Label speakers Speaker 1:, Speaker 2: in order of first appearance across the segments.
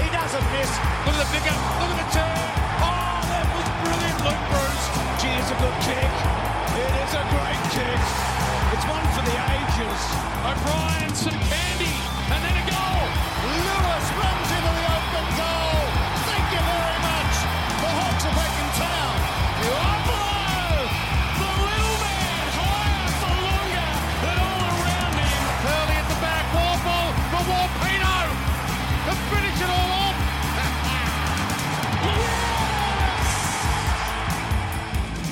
Speaker 1: Davis. Look at the pickup. Look at the turn. Oh, that was brilliant, Luke Bruce. Gee, it's a good kick. It is a great kick. It's one for the ages. O'Brien, some candy, and then a goal.
Speaker 2: Lewis runs into the open goal. Thank you very much. The Hawks are back in town.
Speaker 1: Oppo, the little man, higher for longer than all around him. Early at the back, Warple for Warpino. To finish it all off.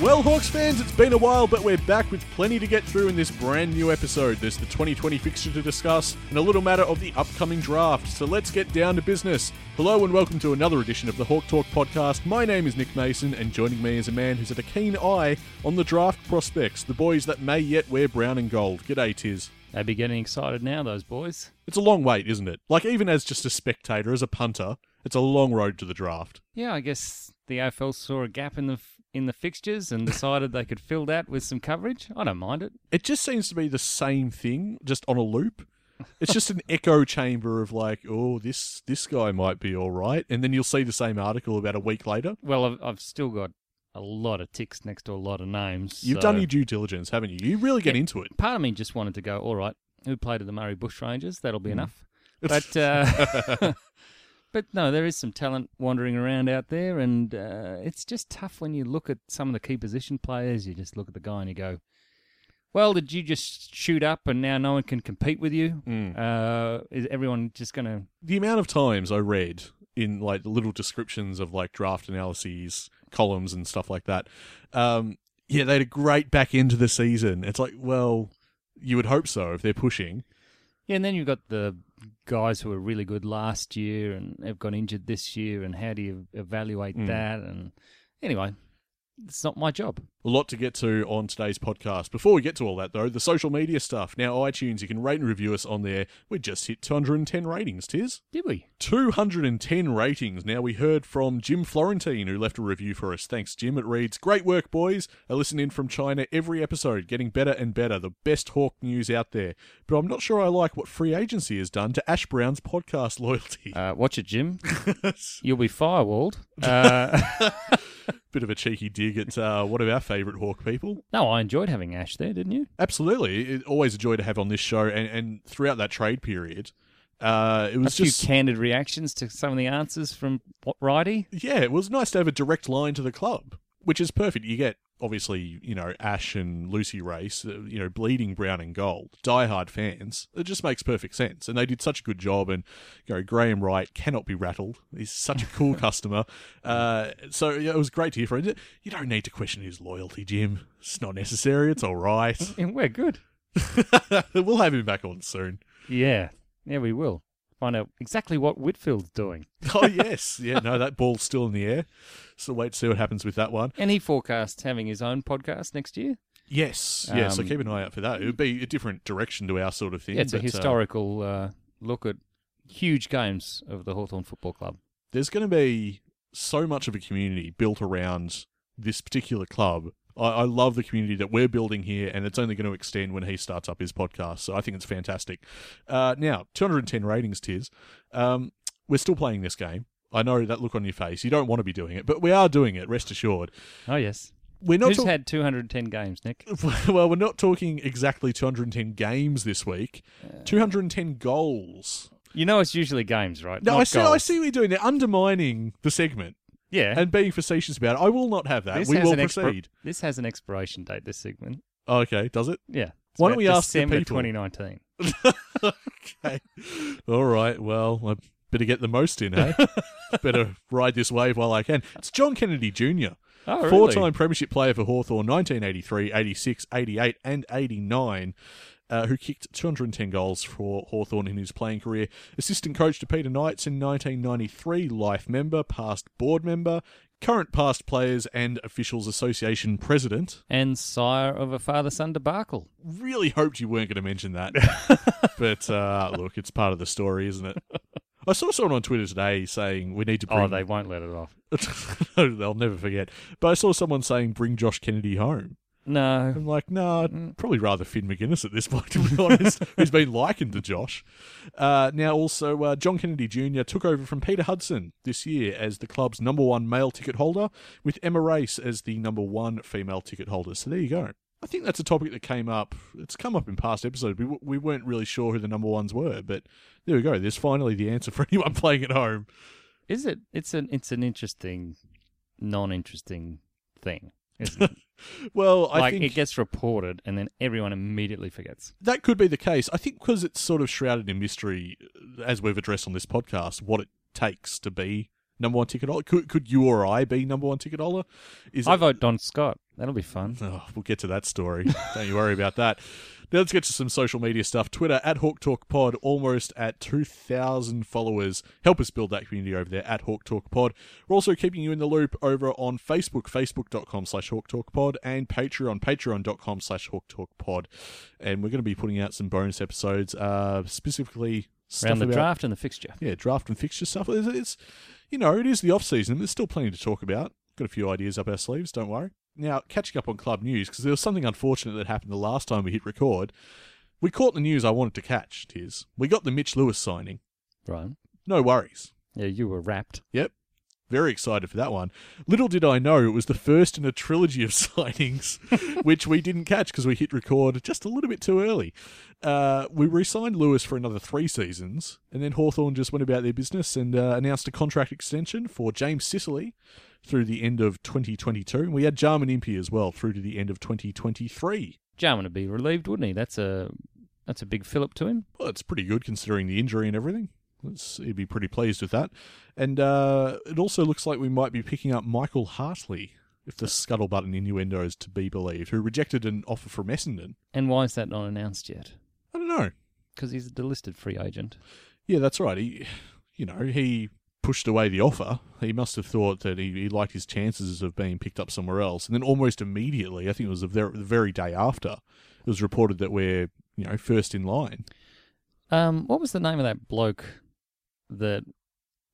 Speaker 3: Well, Hawks fans, it's been a while, but we're back with plenty to get through in this brand new episode. There's the 2020 fixture to discuss and a little matter of the upcoming draft. So let's get down to business. Hello and welcome to another edition of the Hawk Talk podcast. My name is Nick Mason, and joining me is a man who's had a keen eye on the draft prospects, the boys that may yet wear brown and gold. G'day, Tiz.
Speaker 4: They'd be getting excited now, those boys.
Speaker 3: It's a long wait, isn't it? Like, even as just a spectator, as a punter, it's a long road to the draft.
Speaker 4: Yeah, I guess the AFL saw a gap in the f- in the fixtures and decided they could fill that with some coverage. I don't mind it.
Speaker 3: it just seems to be the same thing, just on a loop. It's just an echo chamber of like, oh, this this guy might be all right, and then you'll see the same article about a week later.
Speaker 4: Well, I've, I've still got a lot of ticks next to a lot of names.
Speaker 3: You've
Speaker 4: so-
Speaker 3: done your due diligence, haven't you? You really get
Speaker 4: Yeah.
Speaker 3: into it.
Speaker 4: Part of me just wanted to go. All right, who played at the Murray Bush Rangers? That'll be enough. But uh, but no, there is some talent wandering around out there, and uh, it's just tough when you look at some of the key position players. You just look at the guy and you go, "Well, did you just shoot up, and now no one can compete with you? Uh, is everyone just going to?"
Speaker 3: The amount of times I read in like little descriptions of like draft analyses, columns, and stuff like that. Um, yeah, they had a great back end to the season. It's like, well, you would hope so if they're pushing.
Speaker 4: Yeah, and then you've got the guys who were really good last year and have got injured this year, and how do you evaluate that? And anyway, it's not my job.
Speaker 3: A lot to get to on today's podcast. Before we get to all that, though, the social media stuff. Now, iTunes, you can rate and review us on there. We just hit 210 ratings, Tiz.
Speaker 4: Did we?
Speaker 3: 210 ratings. Now, we heard from Jim Florentine, who left a review for us. Thanks, Jim. It reads Great work, boys. I listen in from China every episode, getting better and better. The best Hawk news out there. But I'm not sure I like what free agency has done to Ash Brown's podcast loyalty.
Speaker 4: Uh, watch it, Jim. You'll be firewalled. Uh,
Speaker 3: Bit of a cheeky dig at uh, one of our favourite Hawk people.
Speaker 4: no, I enjoyed having Ash there, didn't you?
Speaker 3: Absolutely, it, always a joy to have on this show, and, and throughout that trade period, uh, it
Speaker 4: A
Speaker 3: was
Speaker 4: few
Speaker 3: just
Speaker 4: candid reactions to some of the answers from what, Righty.
Speaker 3: yeah, it was nice to have a direct line to the club, which is perfect. You get obviously you know Ash and Lucy Race, uh, you know bleeding brown and gold, diehard fans. It just makes perfect sense, and they did such a good job. And you know Graham Wright cannot be rattled. He's such a cool customer. Uh, so yeah, it was great to hear from him. You don't need to question his loyalty, Jim. It's not necessary. It's all right.
Speaker 4: And we're good.
Speaker 3: we'll have him back on soon.
Speaker 4: Yeah, yeah, we will. Find out exactly what Whitfield's doing.
Speaker 3: oh yes, yeah. No, that ball's still in the air. So wait to see what happens with that one.
Speaker 4: And he forecasts having his own podcast next year.
Speaker 3: Yes, yeah. so
Speaker 4: Um,
Speaker 3: keep an eye out for that. It would be a different direction to our sort of thing.
Speaker 4: Yeah, it's a
Speaker 3: but, uh,
Speaker 4: historical uh, look at huge games of the Hawthorn Football Club.
Speaker 3: there's going to be so much of a community built around this particular club. I, I love the community that we're building here, and it's only going to extend when he starts up his podcast. So I think it's fantastic. Uh, now, 210 ratings, Tiz. Um, we're still playing this game. I know that look on your face. You don't want to be doing it, but we are doing it. Rest assured.
Speaker 4: Oh yes,
Speaker 3: We're not
Speaker 4: who's
Speaker 3: talk-
Speaker 4: had 210 games, Nick?
Speaker 3: well, we're not talking exactly 210 games this week. 210 goals.
Speaker 4: You know it's usually games, right?
Speaker 3: No,
Speaker 4: Not
Speaker 3: I see. I
Speaker 4: goals.
Speaker 3: see what you're doing. They're undermining the segment
Speaker 4: Yeah,
Speaker 3: and being facetious about it. I will not have that.
Speaker 4: this
Speaker 3: we
Speaker 4: has
Speaker 3: will
Speaker 4: an expir-
Speaker 3: proceed.
Speaker 4: this has an expiration date. This segment.
Speaker 3: Oh, okay, does it?
Speaker 4: Yeah. It's
Speaker 3: Why don't
Speaker 4: about
Speaker 3: we ask the
Speaker 4: December
Speaker 3: people?
Speaker 4: 2019?
Speaker 3: Okay. All right. Well, I better get the most in, eh? better ride this wave while I can. It's John Kennedy Jr.
Speaker 4: Oh, really?
Speaker 3: Four-time premiership player for Hawthorn, 1983, 86, 88 and 89, uh, who kicked 210 goals for Hawthorn in his playing career. Assistant coach to Peter Knights in 1993, life member, past board member, current past players and officials association president.
Speaker 4: And sire of a father-son debacle.
Speaker 3: Really hoped you weren't going to mention that. but uh, look, it's part of the story, isn't it? I saw someone on Twitter today saying we need to bring
Speaker 4: Oh, they won't let it off.
Speaker 3: They'll never forget. But I saw someone saying, "Bring Josh Kennedy home,"
Speaker 4: No.
Speaker 3: I'm like, no, nah,
Speaker 4: Mm.
Speaker 3: I'd probably rather Finn McGuinness at this point, to be honest, who's been likened to Josh. Uh, now, also, uh, John Kennedy Jr. took over from Peter Hudson this year as the club's number one male ticket holder, with Emma Race as the number one female ticket holder. So there you go. I think that's a topic that came up. It's come up in past episodes. We, we weren't really sure who the number ones were, but there we go. There's finally the answer for anyone playing at home.
Speaker 4: Is it? It's an it's an interesting, non-interesting thing. Isn't it?
Speaker 3: Well, I
Speaker 4: like
Speaker 3: think
Speaker 4: it gets reported and then everyone immediately forgets.
Speaker 3: that could be the case. I think because it's sort of shrouded in mystery, uh, as we've addressed on this podcast, what it takes to be number one ticket holder. Could, could you or I be number one ticket holder? Is
Speaker 4: I
Speaker 3: it-
Speaker 4: vote Don Scott. That'll be fun.
Speaker 3: Oh, we'll get to that story. Don't you worry about that. Now let's get to some social media stuff. Twitter at Hawk Talk Pod, almost at 2,000 followers. Help us build that community over there at Hawk Talk Pod. We're also keeping you in the loop over on Facebook, facebook.com slash Hawk Talk Pod, and Patreon, patreon.com slash Hawk Talk Pod. And we're going to be putting out some bonus episodes, uh, specifically stuff
Speaker 4: Around the
Speaker 3: about-
Speaker 4: draft and the fixture.
Speaker 3: yeah, draft and fixture stuff. It's, it's you know, it is the off season. There's still plenty to talk about. Got a few ideas up our sleeves. Don't worry. Now, catching up on club news because there was something unfortunate that happened the last time we hit record. We caught the news I wanted to catch. Tis we got the Mitch Lewis signing.
Speaker 4: Right.
Speaker 3: No worries.
Speaker 4: Yeah, you were wrapped.
Speaker 3: Yep. Very excited for that one. Little did I know it was the first in a trilogy of signings, which we didn't catch because we hit record just a little bit too early. Uh, we re signed Lewis for another three seasons, and then Hawthorn just went about their business and uh, announced a contract extension for James Sicily through the end of 2022. And we had Jarman Impey as well through to the end of 2023.
Speaker 4: Jarman would be relieved, wouldn't he? That's a that's a big fillip to him.
Speaker 3: Well, it's pretty good considering the injury and everything. Let's, he'd be pretty pleased with that. And uh, it also looks like we might be picking up Michael Hartley, if the scuttlebutt and innuendo is to be believed, who rejected an offer from Essendon.
Speaker 4: And why is that not announced yet?
Speaker 3: I don't know.
Speaker 4: Because he's a delisted free agent.
Speaker 3: Yeah, that's right. He, you know, he pushed away the offer. He must have thought that he, he liked his chances of being picked up somewhere else. And then almost immediately, I think it was the ver- the very day after, it was reported that we're, you know, first in line.
Speaker 4: Um, what was the name of that bloke that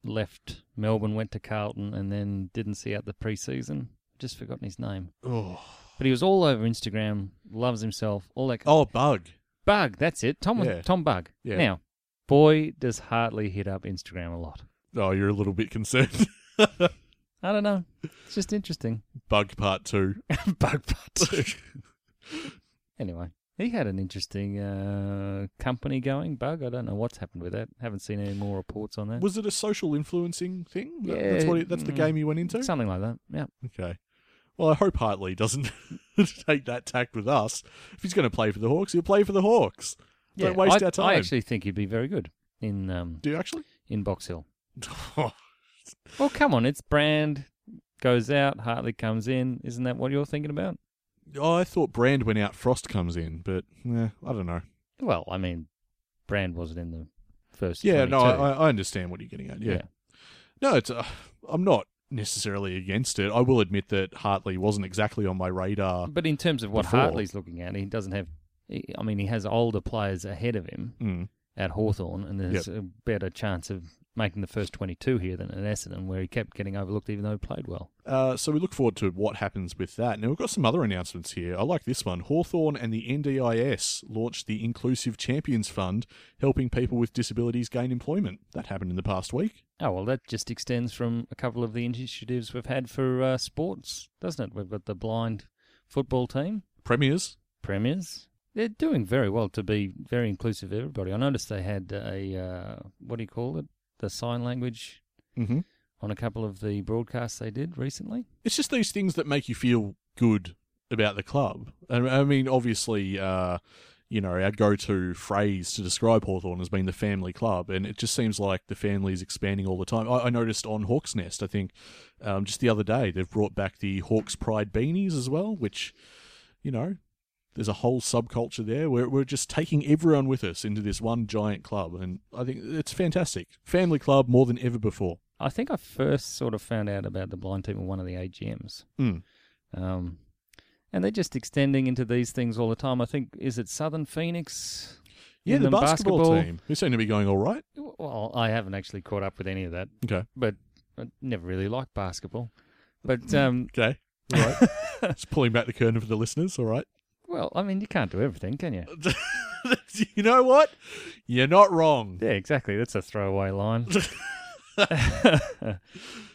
Speaker 4: left Melbourne, went to Carlton, and then didn't see out the preseason? Just forgotten his name.
Speaker 3: Oh,
Speaker 4: But he was all over Instagram, loves himself, all that.
Speaker 3: oh bug.
Speaker 4: Bug, that's it. Tom
Speaker 3: Yeah.
Speaker 4: Tom Bug.
Speaker 3: Yeah.
Speaker 4: Now, boy, does Hartley hit up Instagram a lot.
Speaker 3: Oh, you're a little bit concerned.
Speaker 4: I don't know. It's just interesting.
Speaker 3: Bug Part Two.
Speaker 4: Bug butt. anyway, he had an interesting uh, company going. Bug. I don't know what's happened with that. Haven't seen any more reports on that.
Speaker 3: Was it a social influencing thing? That- that's what. He, that's the
Speaker 4: Yeah,
Speaker 3: game he went into.
Speaker 4: Something like that. Yeah.
Speaker 3: Okay. Well, I hope Hartley doesn't take that tact with us. If he's going to play for the Hawks, he'll play for the Hawks. Don't
Speaker 4: Yeah,
Speaker 3: waste
Speaker 4: I,
Speaker 3: our time.
Speaker 4: I actually think he'd be very good in um,
Speaker 3: Do you actually? Oh,
Speaker 4: in Box Hill. Well, come on, it's brand goes out, Hartley comes in. Isn't that what you're thinking about?
Speaker 3: Oh, I thought Brand went out, Frost comes in, but eh, I don't know.
Speaker 4: Well, I mean, Brand wasn't in the first.
Speaker 3: Yeah, no,
Speaker 4: 22.
Speaker 3: I, I understand what you're getting at. Yeah,
Speaker 4: Yeah.
Speaker 3: no, it's. Uh, I'm not necessarily against it. I will admit that Hartley wasn't exactly on my radar.
Speaker 4: But in terms of what
Speaker 3: Before.
Speaker 4: Hartley's looking at, he doesn't have. he- I mean, he has older players ahead of him
Speaker 3: Mm.
Speaker 4: at Hawthorn, and there's a better chance of making the first 22 here than at Essendon, where he kept getting overlooked even though he played well.
Speaker 3: Uh, so we look forward to what happens with that. Now, we've got some other announcements here. I like this one. Hawthorne and the NDIS launched the Inclusive Champions Fund, helping people with disabilities gain employment. That happened in the past week.
Speaker 4: Oh, well, that just extends from a couple of the initiatives we've had for uh, sports, doesn't it? We've got the blind football team,
Speaker 3: Premiers.
Speaker 4: premiers. They're doing very well to be very inclusive of everybody. I noticed they had a, uh, what do you call it? The sign language
Speaker 3: Mm-hmm.
Speaker 4: on a couple of the broadcasts they did recently.
Speaker 3: It's just these things that make you feel good about the club. And I mean, obviously, uh, you know, our go to phrase to describe Hawthorn has been the family club, and it just seems like the family is expanding all the time. I, I noticed on Hawk's Nest, I think, um, just the other day, they've brought back the Hawks Pride beanies as well, which, you know, there's a whole subculture there. We're, we're just taking everyone with us into this one giant club, and I think it's fantastic. Family club more than ever before.
Speaker 4: I think I first sort of found out about the blind team at one of the AGMs.
Speaker 3: Mm.
Speaker 4: Um, and they're just extending into these things all the time. I think, is it Southern Phoenix?
Speaker 3: Yeah, the
Speaker 4: Even
Speaker 3: basketball,
Speaker 4: basketball.
Speaker 3: team. They seem to be going all right.
Speaker 4: Well, I haven't actually caught up with any of that,
Speaker 3: Okay.
Speaker 4: but I never really liked basketball. But um,
Speaker 3: Okay. All right. Just pulling back the curtain for the listeners. All right.
Speaker 4: Well, I mean, you can't do everything, can you?
Speaker 3: you know what? You're not wrong.
Speaker 4: Yeah, exactly. That's a throwaway line.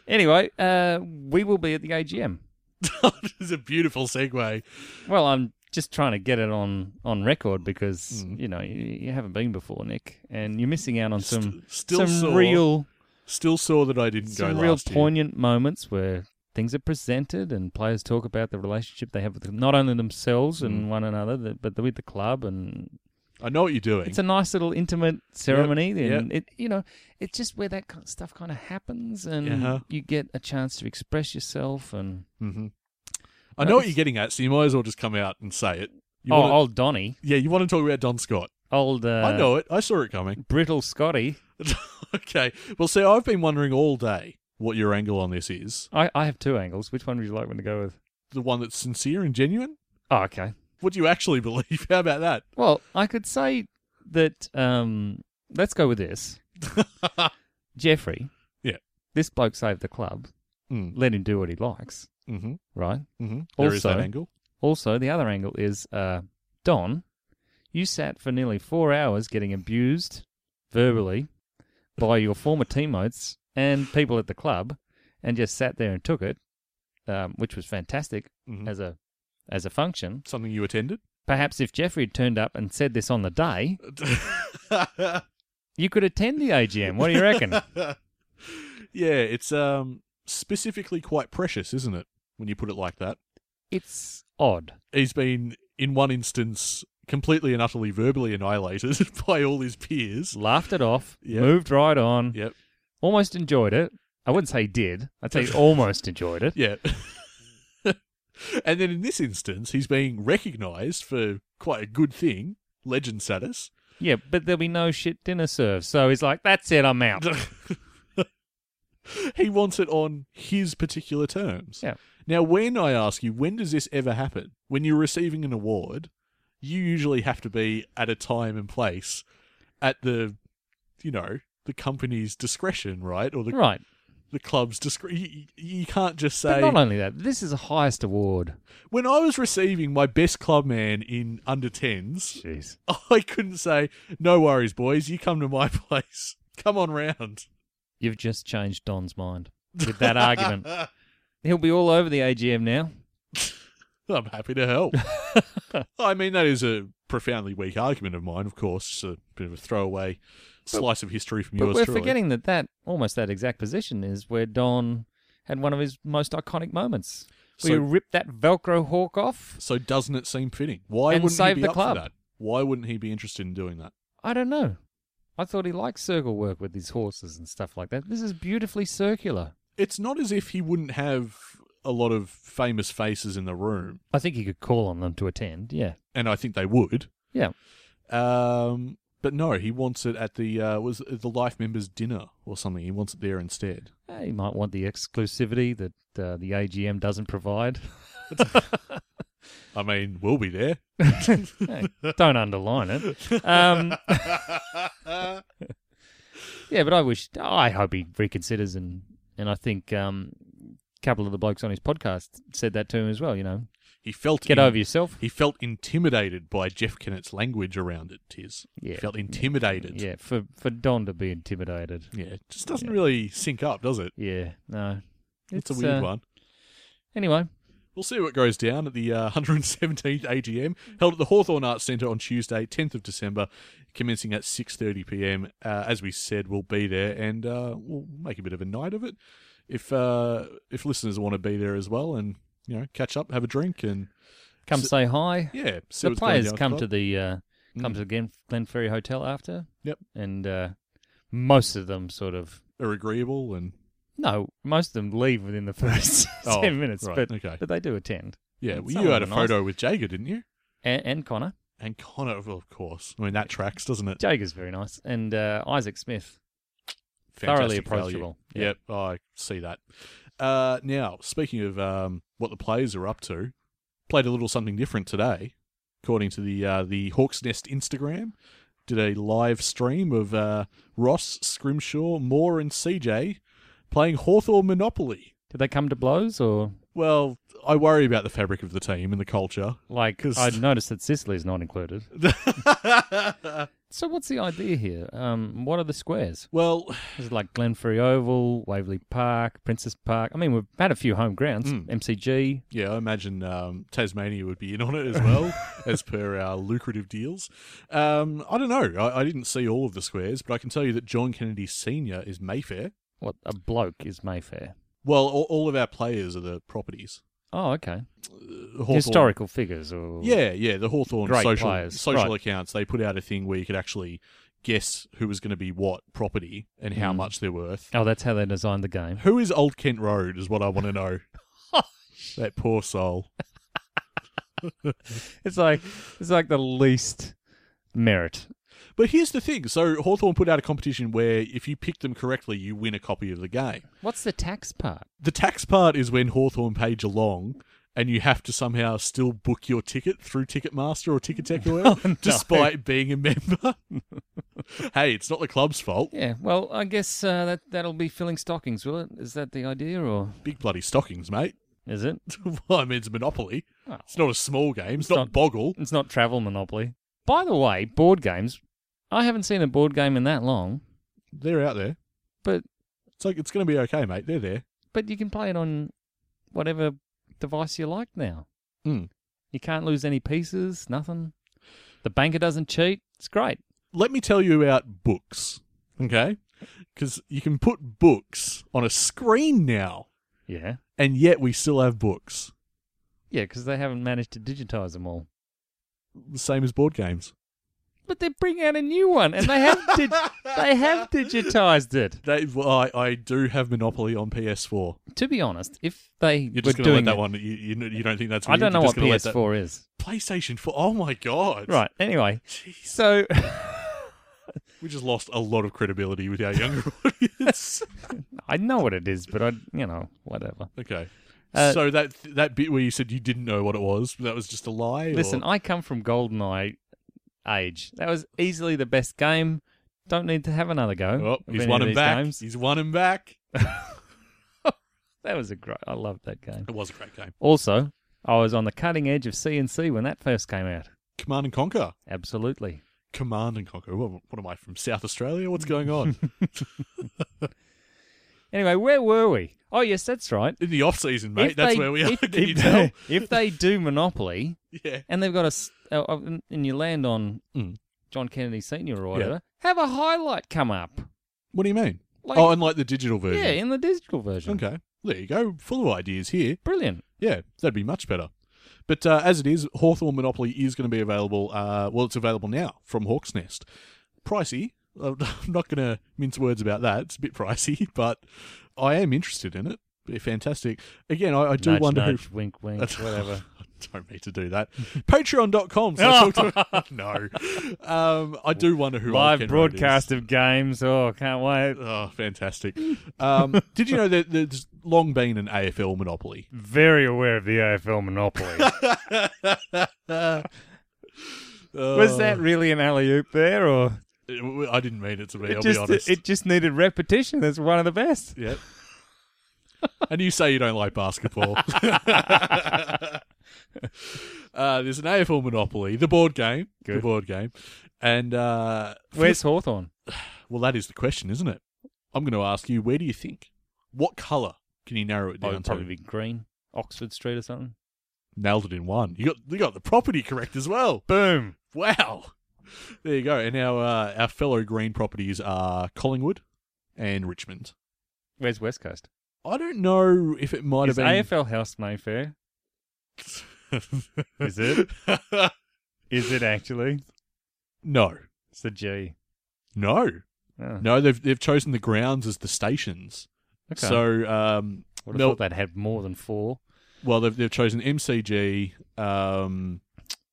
Speaker 4: anyway, uh, we will be at the AGM.
Speaker 3: this is a beautiful segue.
Speaker 4: Well, I'm just trying to get it on on record because you know you, you haven't been before, Nick, and you're missing out on some
Speaker 3: still
Speaker 4: some
Speaker 3: sore.
Speaker 4: real
Speaker 3: Still sore that I didn't
Speaker 4: some
Speaker 3: go
Speaker 4: real
Speaker 3: last year.
Speaker 4: poignant moments where things are presented and players talk about the relationship they have with not only themselves
Speaker 3: Mm.
Speaker 4: and one another, th- but with the club, and
Speaker 3: I know what you're doing.
Speaker 4: it's a nice little intimate ceremony.
Speaker 3: yep.
Speaker 4: and it you know it's just where that kind of stuff kind of happens, and
Speaker 3: Uh-huh.
Speaker 4: you get a chance to express yourself. And
Speaker 3: Mm-hmm. I know what you're getting at, so you might as well just come out and say it. You
Speaker 4: oh,
Speaker 3: wanna-
Speaker 4: old Donny,
Speaker 3: yeah, you want to talk about Don Scott.
Speaker 4: old uh,
Speaker 3: I know it. I saw it coming.
Speaker 4: brittle Scotty.
Speaker 3: okay. Well, see, I've been wondering all day what your angle on this is.
Speaker 4: I, I have two angles. Which one would you like me to go with?
Speaker 3: The one that's sincere and genuine?
Speaker 4: Oh, okay.
Speaker 3: What do you actually believe? How about that?
Speaker 4: Well, I could say that. Um, let's go with this. Jeffrey.
Speaker 3: Yeah.
Speaker 4: This bloke saved the club.
Speaker 3: Mm.
Speaker 4: Let him do what he likes,
Speaker 3: Mm-hmm.
Speaker 4: right?
Speaker 3: Mm-hmm. There is that
Speaker 4: Also-
Speaker 3: angle.
Speaker 4: Also, the other angle is uh, Don, you sat for nearly four hours getting abused verbally by your former teammates and people at the club, and just sat there and took it, um, which was fantastic
Speaker 3: Mhm.
Speaker 4: as a as a function.
Speaker 3: Something you attended?
Speaker 4: Perhaps if Jeffrey had turned up and said this on the day, you could attend the AGM. What do you reckon?
Speaker 3: yeah, it's um specifically quite precious, isn't it? When you put it like that.
Speaker 4: it's odd.
Speaker 3: He's been, in one instance, completely and utterly verbally annihilated by all his peers.
Speaker 4: Laughed it off,
Speaker 3: Yep.
Speaker 4: moved right on,
Speaker 3: Yep.
Speaker 4: almost enjoyed it. I wouldn't say did. I'd say almost enjoyed it.
Speaker 3: Yeah. and then in this instance, he's being recognised for quite a good thing, legend status.
Speaker 4: Yeah, but there'll be no shit dinner served. So he's like, that's it, I'm out.
Speaker 3: He wants it on his particular terms.
Speaker 4: Yeah.
Speaker 3: Now, when I ask you, when does this ever happen? When you're receiving an award, you usually have to be at a time and place at the, you know, the company's discretion, right? Or the,
Speaker 4: right.
Speaker 3: the club's discretion. You, you you can't just
Speaker 4: But
Speaker 3: say,
Speaker 4: not only that, this is the highest award.
Speaker 3: when I was receiving my best club man in under 10s,
Speaker 4: Jeez.
Speaker 3: I couldn't say, no worries, boys, you come to my place. Come on round.
Speaker 4: You've just changed Don's mind with that argument. He'll be all over the AGM now.
Speaker 3: I'm happy to help. I mean, that is a profoundly weak argument of mine, of course. Just a bit of a throwaway slice of history from
Speaker 4: But
Speaker 3: yours
Speaker 4: we're
Speaker 3: truly.
Speaker 4: forgetting that that almost that exact position is where Don had one of his most iconic moments. Where
Speaker 3: So-
Speaker 4: you ripped that Velcro hawk off.
Speaker 3: So doesn't it seem fitting? Why
Speaker 4: And
Speaker 3: wouldn't
Speaker 4: save
Speaker 3: he be
Speaker 4: the
Speaker 3: up
Speaker 4: club.
Speaker 3: for that? Why wouldn't he be interested in doing that?
Speaker 4: I don't know. I thought he liked circle work with his horses and stuff like that. This is beautifully circular.
Speaker 3: It's not as if he wouldn't have a lot of famous faces in the room,
Speaker 4: I think he could call on them to attend. Yeah.
Speaker 3: and I think they would.
Speaker 4: Yeah.
Speaker 3: Um, but no, he wants it at the uh, was it the life members dinner or something. He wants it there instead.
Speaker 4: Eh, He might want the exclusivity that uh, the AGM doesn't provide.
Speaker 3: I mean, we'll be there.
Speaker 4: Hey, don't underline it. Um, yeah, but I wish, I hope he reconsiders. And, and I think um, a couple of the blokes on his podcast said that to him as well, you know,
Speaker 3: He felt
Speaker 4: get
Speaker 3: in-
Speaker 4: over yourself.
Speaker 3: He felt intimidated by Jeff Kennett's language around it. Tis
Speaker 4: Yeah.
Speaker 3: he felt intimidated.
Speaker 4: Yeah, for, for Don to be intimidated.
Speaker 3: Yeah, it just doesn't really sync up, does it?
Speaker 4: Yeah, no.
Speaker 3: It's, a weird
Speaker 4: uh,
Speaker 3: one.
Speaker 4: Anyway,
Speaker 3: We'll see what goes down at the uh, 117th AGM held at the Hawthorne Arts Centre on Tuesday, 10th of December, commencing at 6:30 p.m. Uh, as we said, we'll be there and uh, we'll make a bit of a night of it. If uh, if listeners want to be there as well, and you know, catch up, have a drink, and
Speaker 4: come
Speaker 3: So-
Speaker 4: say hi.
Speaker 3: yeah, see
Speaker 4: the
Speaker 3: what's going
Speaker 4: players
Speaker 3: down at the
Speaker 4: come
Speaker 3: club.
Speaker 4: to the uh, come to the Glen, Glen Ferry Hotel after.
Speaker 3: Yep.
Speaker 4: and uh, most of them sort of
Speaker 3: are agreeable and
Speaker 4: no, most of them leave within the first
Speaker 3: Oh,
Speaker 4: ten minutes,
Speaker 3: right,
Speaker 4: but
Speaker 3: okay.
Speaker 4: but they do attend.
Speaker 3: yeah, well,
Speaker 4: Some
Speaker 3: you
Speaker 4: of
Speaker 3: had a
Speaker 4: them are nice.
Speaker 3: photo with Jager, didn't you?
Speaker 4: And, and Connor
Speaker 3: And Connor, well, of course. I mean, that tracks, doesn't it?
Speaker 4: Jager's very nice, and uh, Isaac Smith. thoroughly
Speaker 3: Fantastic value.
Speaker 4: approachable. Yeah.
Speaker 3: Yep, oh, I see that. Uh, now, speaking of um, what the players are up to, played a little something different today, according to the uh, the Hawks Nest Instagram. Did a live stream of uh, Ross, Scrimshaw, Moore, and CJ playing Hawthorn Monopoly.
Speaker 4: Did they come to blows or
Speaker 3: Well, I worry about the fabric of the team and the culture.
Speaker 4: Like,
Speaker 3: 'Cause-
Speaker 4: I noticed that Sicily's not included. so, what's the idea here? Um, what are the squares?
Speaker 3: Well,
Speaker 4: This is like Glenferrie Oval, Waverley Park, Princess Park. I mean, we've had a few home grounds.
Speaker 3: Mm.
Speaker 4: MCG.
Speaker 3: yeah, I imagine um, Tasmania would be in on it as well, as per our lucrative deals. Um, I don't know. I, I didn't see all of the squares, but I can tell you that John Kennedy Senior is Mayfair.
Speaker 4: What a bloke is Mayfair.
Speaker 3: Well, all, all of our players are the properties.
Speaker 4: Oh, okay.
Speaker 3: Hawthorn-
Speaker 4: Historical figures, or
Speaker 3: Yeah, yeah, the Hawthorn
Speaker 4: Great
Speaker 3: social
Speaker 4: players,
Speaker 3: social
Speaker 4: right.
Speaker 3: accounts. They put out a thing where you could actually guess who was going to be what property and how much they're worth.
Speaker 4: Oh, that's how they designed the game.
Speaker 3: Who is Old Kent Road is what I want to know. that poor soul.
Speaker 4: It's like it's like the least merit.
Speaker 3: But here's the thing. So Hawthorn put out a competition where if you pick them correctly, you win a copy of the game.
Speaker 4: What's the tax part?
Speaker 3: The tax part is when Hawthorn pay Geelong and you have to somehow still book your ticket through Ticketmaster or Ticketek or whatever, despite being a member. hey, it's not the club's fault.
Speaker 4: Yeah, well, I guess uh, that that'll be filling stockings, will it? Is that the idea, or
Speaker 3: Big bloody stockings, mate.
Speaker 4: is it?
Speaker 3: well, I mean, it's a monopoly.
Speaker 4: Well,
Speaker 3: It's not a small game. Oh. It's, not,
Speaker 4: not-
Speaker 3: Boggle.
Speaker 4: It's not travel monopoly. By the way, board games. I haven't seen a board game in that long,
Speaker 3: They're out there.
Speaker 4: but
Speaker 3: It's like it's going to be okay, mate. They're there.
Speaker 4: but you can play it on whatever device you like now.
Speaker 3: Mm.
Speaker 4: You can't lose any pieces, nothing. The banker doesn't cheat. It's great.
Speaker 3: Let me tell you about books, okay? Because you can put books on a screen now,
Speaker 4: Yeah,
Speaker 3: and yet we still have books.
Speaker 4: yeah, because they haven't managed to digitize them all.
Speaker 3: The same as board games.
Speaker 4: But they bring out a new one, and they have dig- they have digitized it.
Speaker 3: They, well, I, I do have Monopoly on PS4.
Speaker 4: To be honest, if they
Speaker 3: You're
Speaker 4: were
Speaker 3: just going to
Speaker 4: doing
Speaker 3: let that
Speaker 4: it-
Speaker 3: one. You, you, you don't think that's?
Speaker 4: I
Speaker 3: Weird?
Speaker 4: don't know
Speaker 3: You're just
Speaker 4: what
Speaker 3: gonna let that-
Speaker 4: PS4 is.
Speaker 3: PlayStation 4. Oh my god!
Speaker 4: Right. Anyway, so
Speaker 3: We just lost a lot of credibility with our younger audience.
Speaker 4: I know what it is, but I, you know, whatever.
Speaker 3: Okay.
Speaker 4: Uh,
Speaker 3: so that that bit where you said you didn't know what it was, that was just a lie.
Speaker 4: Listen,
Speaker 3: or-
Speaker 4: I come from GoldenEye age. That was easily the best game. Don't need to have another go.
Speaker 3: oh,
Speaker 4: of
Speaker 3: he's
Speaker 4: any
Speaker 3: won
Speaker 4: of
Speaker 3: him
Speaker 4: these
Speaker 3: back.
Speaker 4: games.
Speaker 3: He's won him back.
Speaker 4: That was a great. I loved that game.
Speaker 3: It was a great game.
Speaker 4: Also, I was on the cutting edge of CNC when that first came out.
Speaker 3: Command and Conquer.
Speaker 4: Absolutely.
Speaker 3: Command and Conquer. What, what am I from South Australia? What's going on
Speaker 4: Anyway, where were we? Oh, yes, that's right.
Speaker 3: in the off season, mate?
Speaker 4: If
Speaker 3: that's
Speaker 4: they-
Speaker 3: where we are.
Speaker 4: If,
Speaker 3: Can
Speaker 4: if
Speaker 3: you tell?
Speaker 4: they, if they do Monopoly
Speaker 3: Yeah.
Speaker 4: and they've got a, s- uh, uh, and- and you land on
Speaker 3: Mm.
Speaker 4: John Kennedy Senior or
Speaker 3: Yeah.
Speaker 4: whatever, have a highlight come up.
Speaker 3: What do you mean?
Speaker 4: Like-
Speaker 3: oh, and like the digital version.
Speaker 4: Yeah, in the digital version.
Speaker 3: Okay. There you go. Full of ideas here.
Speaker 4: Brilliant.
Speaker 3: Yeah, that'd be much better. But uh, as it is, Hawthorn Monopoly is going to be available. Uh, well, it's available now from Hawk's Nest. Pricey. I'm not going to mince words about that. It's a bit pricey, but I am interested in it. They're fantastic. Again, I, I do
Speaker 4: nudge,
Speaker 3: wonder
Speaker 4: nudge,
Speaker 3: who.
Speaker 4: wink, wink, whatever.
Speaker 3: Don't mean to do that. Patreon.com. So I talked to- no. Um, I do wonder who Old
Speaker 4: Live
Speaker 3: Ken Road is.
Speaker 4: broadcast of games. Oh, can't wait.
Speaker 3: Oh, fantastic. Um, did you know that there's long been an AFL monopoly?
Speaker 4: Very aware of the AFL monopoly.
Speaker 3: Oh. Uh,
Speaker 4: Was that really an alley oop there, or
Speaker 3: It- I didn't mean it to be. I'll
Speaker 4: it
Speaker 3: be
Speaker 4: just
Speaker 3: honest.
Speaker 4: it just needed repetition? That's one of the best.
Speaker 3: Yep. and you say you don't like basketball. uh, there's an AFL monopoly, the board game, the
Speaker 4: Good.
Speaker 3: board game, and uh, for
Speaker 4: Where's Hawthorn?
Speaker 3: the- well, that is the question, isn't it? I'm going to ask you. Where do you think? What color can you narrow it
Speaker 4: Oh,
Speaker 3: down
Speaker 4: it'd
Speaker 3: to?
Speaker 4: probably be green, Oxford Street or something.
Speaker 3: Nailed it in one. You got you got the property correct as well.
Speaker 4: Boom.
Speaker 3: Wow. There you go. And our uh, our fellow green properties are Collingwood and Richmond.
Speaker 4: Where's West Coast?
Speaker 3: I don't know if it might
Speaker 4: Is
Speaker 3: have been
Speaker 4: AFL House Mayfair? Is it? Is it actually?
Speaker 3: no,
Speaker 4: It's the G.
Speaker 3: no,
Speaker 4: Oh,
Speaker 3: no. They've they've chosen the grounds as the stations.
Speaker 4: okay.
Speaker 3: So, um,
Speaker 4: Would have
Speaker 3: Mel-
Speaker 4: thought they'd have more than four.
Speaker 3: well, they've they've chosen MCG. Um,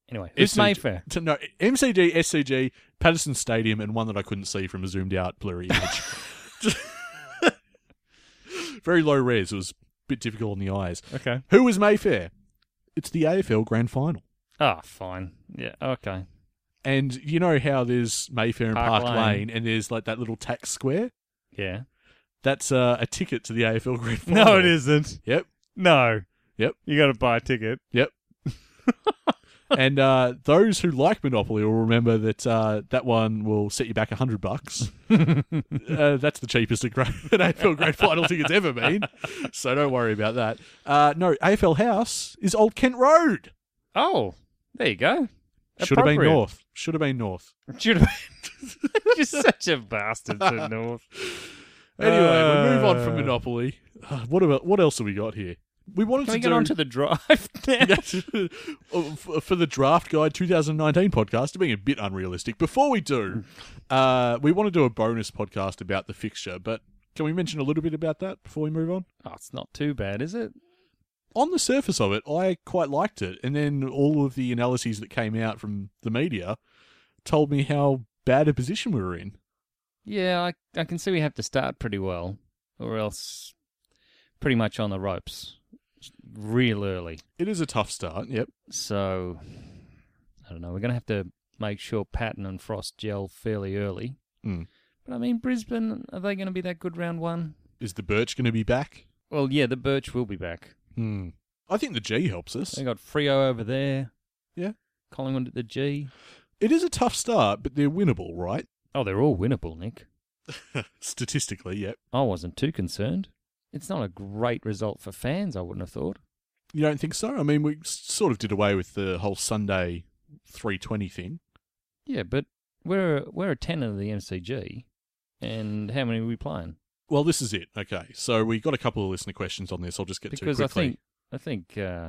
Speaker 4: Anyway, who's
Speaker 3: SCG
Speaker 4: Mayfair?
Speaker 3: to- no, MCG, SCG, Patterson Stadium, and one that I couldn't see from a zoomed out blurry image. Very low res. It was a bit difficult on the eyes.
Speaker 4: Okay.
Speaker 3: Who was Mayfair? It's the AFL Grand Final.
Speaker 4: Ah, fine. Yeah. Okay.
Speaker 3: And you know how there's Mayfair and Park,
Speaker 4: Park
Speaker 3: Lane.
Speaker 4: Lane.
Speaker 3: and there's like that little tax square?
Speaker 4: Yeah.
Speaker 3: That's uh, a ticket to the AFL Grand Final.
Speaker 4: No, it isn't.
Speaker 3: Yep.
Speaker 4: No.
Speaker 3: Yep.
Speaker 4: You got to buy a ticket.
Speaker 3: Yep. and uh, those who like Monopoly will remember that uh, that one will set you back a hundred bucks. uh, that's the cheapest a gra- an AFL Grand Final ticket's ever been, so don't worry about that. Uh, no, AFL House is Old Kent Road.
Speaker 4: Oh, there you go.
Speaker 3: Should have been
Speaker 4: Appropriate.
Speaker 3: north. Should have been north.
Speaker 4: Should have been. You're such a bastard to North.
Speaker 3: Anyway, we move on from
Speaker 4: Uh.
Speaker 3: Monopoly. Uh, what about what else have we got here? We wanted
Speaker 4: Can
Speaker 3: to
Speaker 4: we get
Speaker 3: do-
Speaker 4: on to the drive now?
Speaker 3: Uh, f- for the draft guide 2019 podcast being a bit unrealistic before we do uh, we want to do a bonus podcast about the fixture but can we mention a little bit about that before we move on
Speaker 4: Oh, it's not too bad, is it?
Speaker 3: on the surface of it i quite liked it and then all of the analyses that came out from the media told me how bad a position we were in
Speaker 4: Yeah, I, I can see we have to start pretty well, or else pretty much on the ropes real early.
Speaker 3: it is a tough start yep
Speaker 4: So, I don't know. We're going to have to make sure Patton and Frost gel fairly early.
Speaker 3: Mm.
Speaker 4: But I mean, Brisbane, are they going to be that good round one?
Speaker 3: is the birch going to be back
Speaker 4: Well, yeah, the Birch will be back.
Speaker 3: hmm i think the g helps us
Speaker 4: They got Frio over there.
Speaker 3: Yeah.
Speaker 4: Collingwood at the G.
Speaker 3: it is a tough start but they're winnable right
Speaker 4: Oh, they're all winnable, Nick.
Speaker 3: statistically yep
Speaker 4: I wasn't too concerned. It's not a great result for fans, I wouldn't have thought.
Speaker 3: You don't think so? I mean, we s- sort of did away with the whole Sunday 320 thing.
Speaker 4: Yeah, but we're we're a tenant of the MCG, and how many are we playing?
Speaker 3: Well, this is it. Okay. So we got a couple of listener questions on this. I'll just get
Speaker 4: Because
Speaker 3: to
Speaker 4: I
Speaker 3: quickly.
Speaker 4: think I think uh,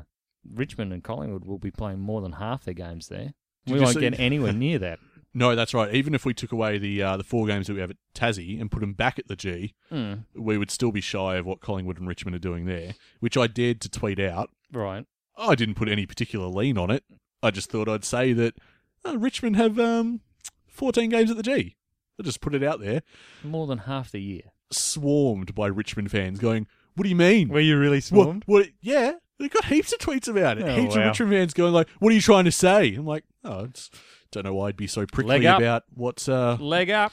Speaker 4: Richmond and Collingwood will be playing more than half their games there.
Speaker 3: Did
Speaker 4: we
Speaker 3: you
Speaker 4: won't
Speaker 3: see-
Speaker 4: get anywhere near that.
Speaker 3: No, that's right. Even if we took away the uh, the four games that we have at Tassie and put them back at the G,
Speaker 4: Hmm,
Speaker 3: we would still be shy of what Collingwood and Richmond are doing there, which I dared to tweet out.
Speaker 4: right.
Speaker 3: I didn't put any particular lean on it. I just thought I'd say that uh, Richmond have um, 14 games at the G. I just put it out there.
Speaker 4: More than half the year.
Speaker 3: Swarmed by Richmond fans going, What do you mean?
Speaker 4: you really
Speaker 3: What, what, yeah, they got heaps of tweets about it.
Speaker 4: Oh,
Speaker 3: heaps
Speaker 4: wow.
Speaker 3: of Richmond fans going like, "What are you trying to say?" I'm like, "Oh, it's, don't know why I'd be so prickly
Speaker 4: Leg up.
Speaker 3: about what's." Uh,
Speaker 4: Leg up.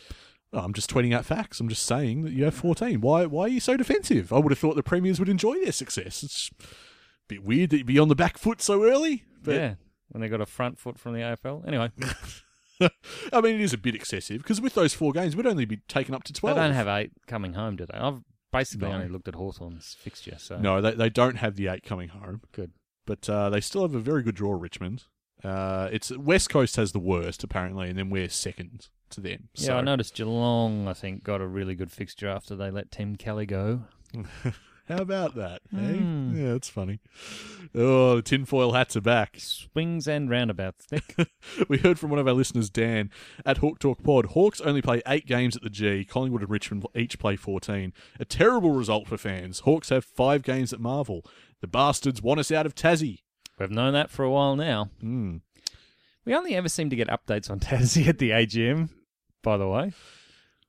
Speaker 3: oh, I'm just tweeting out facts. I'm just saying that you have 14. Why? Why are you so defensive? I would have thought the premiers would enjoy their success. It's a bit weird that you'd be on the back foot so early. But
Speaker 4: yeah. When they got a front foot from the AFL. Anyway,
Speaker 3: I mean, it is a bit excessive because with those four games, we'd only be taken up to 12.
Speaker 4: They don't have eight coming home, do they? I've basically
Speaker 3: No.
Speaker 4: only looked at Hawthorn's fixture, so
Speaker 3: No, they, they don't have the eight coming home.
Speaker 4: Good.
Speaker 3: But uh, they still have a very good draw, Richmond. Uh, it's West Coast has the worst apparently, and then we're second to them.
Speaker 4: Yeah,
Speaker 3: so.
Speaker 4: I noticed Geelong. I think got a really good fixture after they let Tim Kelly go.
Speaker 3: How about that? eh?
Speaker 4: Hmm.
Speaker 3: Yeah, that's funny. Oh, the tinfoil hats are back.
Speaker 4: Swings and roundabouts, Nick.
Speaker 3: We heard from one of our listeners, Dan, at Hawk Talk Pod. Hawks only play eight games at the G. Collingwood and Richmond each play 14. A terrible result for fans. Hawks have five games at Marvel. The bastards want us out of Tassie.
Speaker 4: We've known that for a while now.
Speaker 3: Hmm.
Speaker 4: We only ever seem to get updates on Tassie at the AGM. By the way,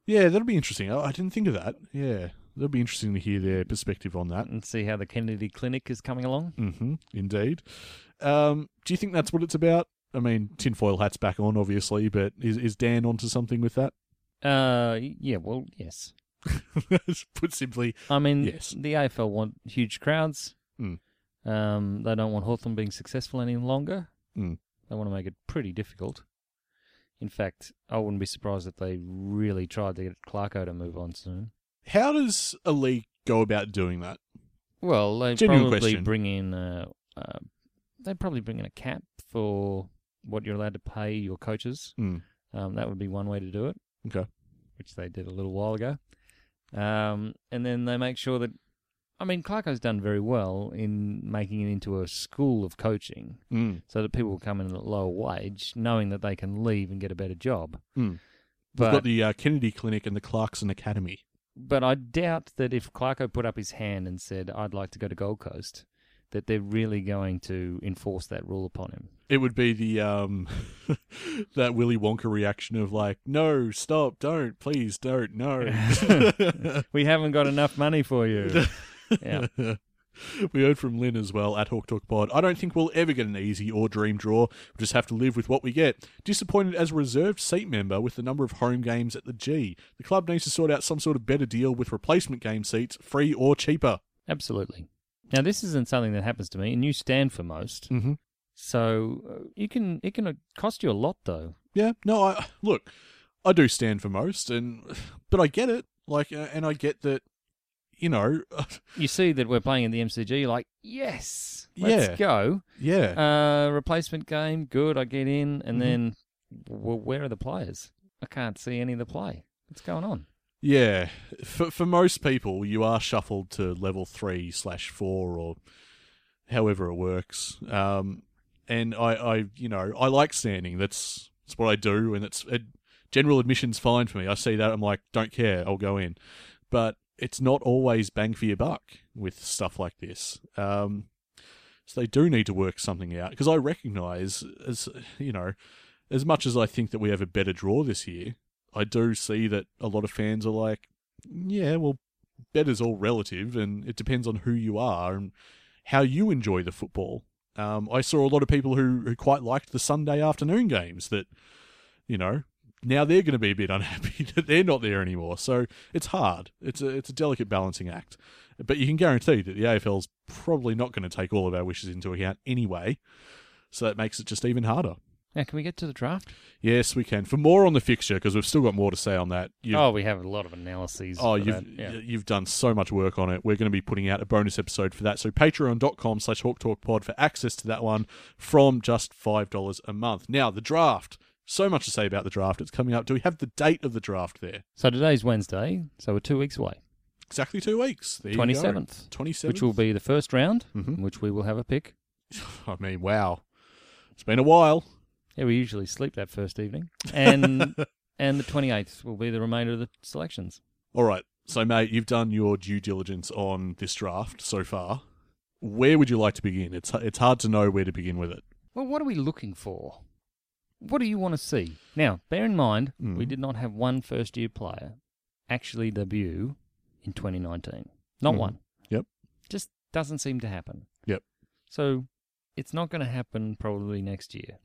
Speaker 3: Yeah, that'll be interesting. I, I didn't think of that. Yeah, that'll be interesting to hear their perspective on that.
Speaker 4: and see how the Kennedy Clinic is coming along.
Speaker 3: hmm indeed. Um, do you think that's what it's about? I mean, tinfoil hat's back on, obviously, but is, is Dan onto something with that?
Speaker 4: Uh, yeah. Well, yes.
Speaker 3: Put simply,
Speaker 4: I mean,
Speaker 3: Yes.
Speaker 4: the AFL want huge crowds.
Speaker 3: Mm.
Speaker 4: Um, they don't want Hawthorn being successful any longer.
Speaker 3: Mm.
Speaker 4: They want to make it pretty difficult. In fact, I wouldn't be surprised if they really tried to get Clarko to move on soon.
Speaker 3: how does a league go about doing that?
Speaker 4: Well, they
Speaker 3: Genuine
Speaker 4: probably
Speaker 3: question.
Speaker 4: bring in uh, uh, they probably bring in a cap for what you're allowed to pay your coaches.
Speaker 3: Mm.
Speaker 4: Um, that would be one way to do it.
Speaker 3: Okay.
Speaker 4: which they did a little while ago. Um, and then they make sure that, I mean, Clarko's done very well in making it into a school of coaching
Speaker 3: Mm.
Speaker 4: so that people will come in at a lower wage, knowing that they can leave and get a better job.
Speaker 3: Mm. We've
Speaker 4: But,
Speaker 3: got the uh, Kennedy Clinic and the Clarkson Academy.
Speaker 4: but I doubt that if Clarko put up his hand and said, I'd like to go to Gold Coast, that they're really going to enforce that rule upon him.
Speaker 3: It would be the um, that Willy Wonka reaction of like, no, stop, don't, please, don't, no.
Speaker 4: We haven't got enough money for you. yeah.
Speaker 3: we heard from Lynn as well at Hawk Talk Pod. I don't think we'll ever get an easy or dream draw. We'll just have to live with what we get. Disappointed as a reserved seat member with the number of home games at the G. The club needs to sort out some sort of better deal with replacement game seats, free or cheaper.
Speaker 4: Absolutely. Now, this isn't something that happens to me, and you stand for most.
Speaker 3: Mhm.
Speaker 4: So uh, you can it can uh, cost you a lot, though.
Speaker 3: Yeah, no, I look, I do stand for most, and but I get it, like, uh, and I get that, you know,
Speaker 4: You see that we're playing in the MCG, you're like, yes, let's
Speaker 3: Yeah.
Speaker 4: go.
Speaker 3: yeah,
Speaker 4: Uh, replacement game, good, I get in, and then, well, where are the players? I can't see any of the play. What's going on?
Speaker 3: yeah. For for most people, you are shuffled to level three slash four or however it works. Um, and I, I, you know, I like standing. That's that's what I do, and it's it, general admission's fine for me. I see that, I'm like, don't care, I'll go in. But it's not always bang for your buck with stuff like this. Um, so they do need to work something out because I recognise, as you know, as much as I think that we have a better draw this year, I do see that a lot of fans are like, yeah, well, better's all relative, and it depends on who you are and how you enjoy the football. Um, I saw a lot of people who, who quite liked the Sunday afternoon games that, you know, now they're going to be a bit unhappy that they're not there anymore. So it's hard. It's a, it's a delicate balancing act. But you can guarantee that the AFL's probably not going to take all of our wishes into account anyway. So that makes it just even harder.
Speaker 4: Now, can we get to the draft?
Speaker 3: Yes, we can. For more on the fixture, because we've still got more to say on that. you
Speaker 4: oh, we have a lot of analyses.
Speaker 3: Oh,
Speaker 4: for
Speaker 3: you've
Speaker 4: that, yeah.
Speaker 3: y- you've done so much work on it. We're going to be putting out a bonus episode for that. So patreon.com slash hawk talk pod for access to that one from just five dollars a month. Now the draft. So much to say about the draft. It's coming up. Do we have the date of the draft there?
Speaker 4: So today's Wednesday, so we're two weeks away,
Speaker 3: Exactly two weeks. There you go.
Speaker 4: twenty seventh,
Speaker 3: 27th.
Speaker 4: which will be the first round,
Speaker 3: Mhm.
Speaker 4: in which we will have a pick.
Speaker 3: I mean, wow. It's been a while.
Speaker 4: Yeah, we usually sleep that first evening, and and the twenty eighth will be the remainder of the selections.
Speaker 3: All right. So, mate, you've done your due diligence on this draft so far. Where would you like to begin? It's it's hard to know where to begin with it.
Speaker 4: Well, what are we looking for? What do you want to see? Now, bear in mind,
Speaker 3: Mm.
Speaker 4: we did not have one first year player actually debut in 2019. Not
Speaker 3: Mhm.
Speaker 4: one.
Speaker 3: Yep.
Speaker 4: Just doesn't seem to happen.
Speaker 3: Yep.
Speaker 4: So it's not going to happen probably next year.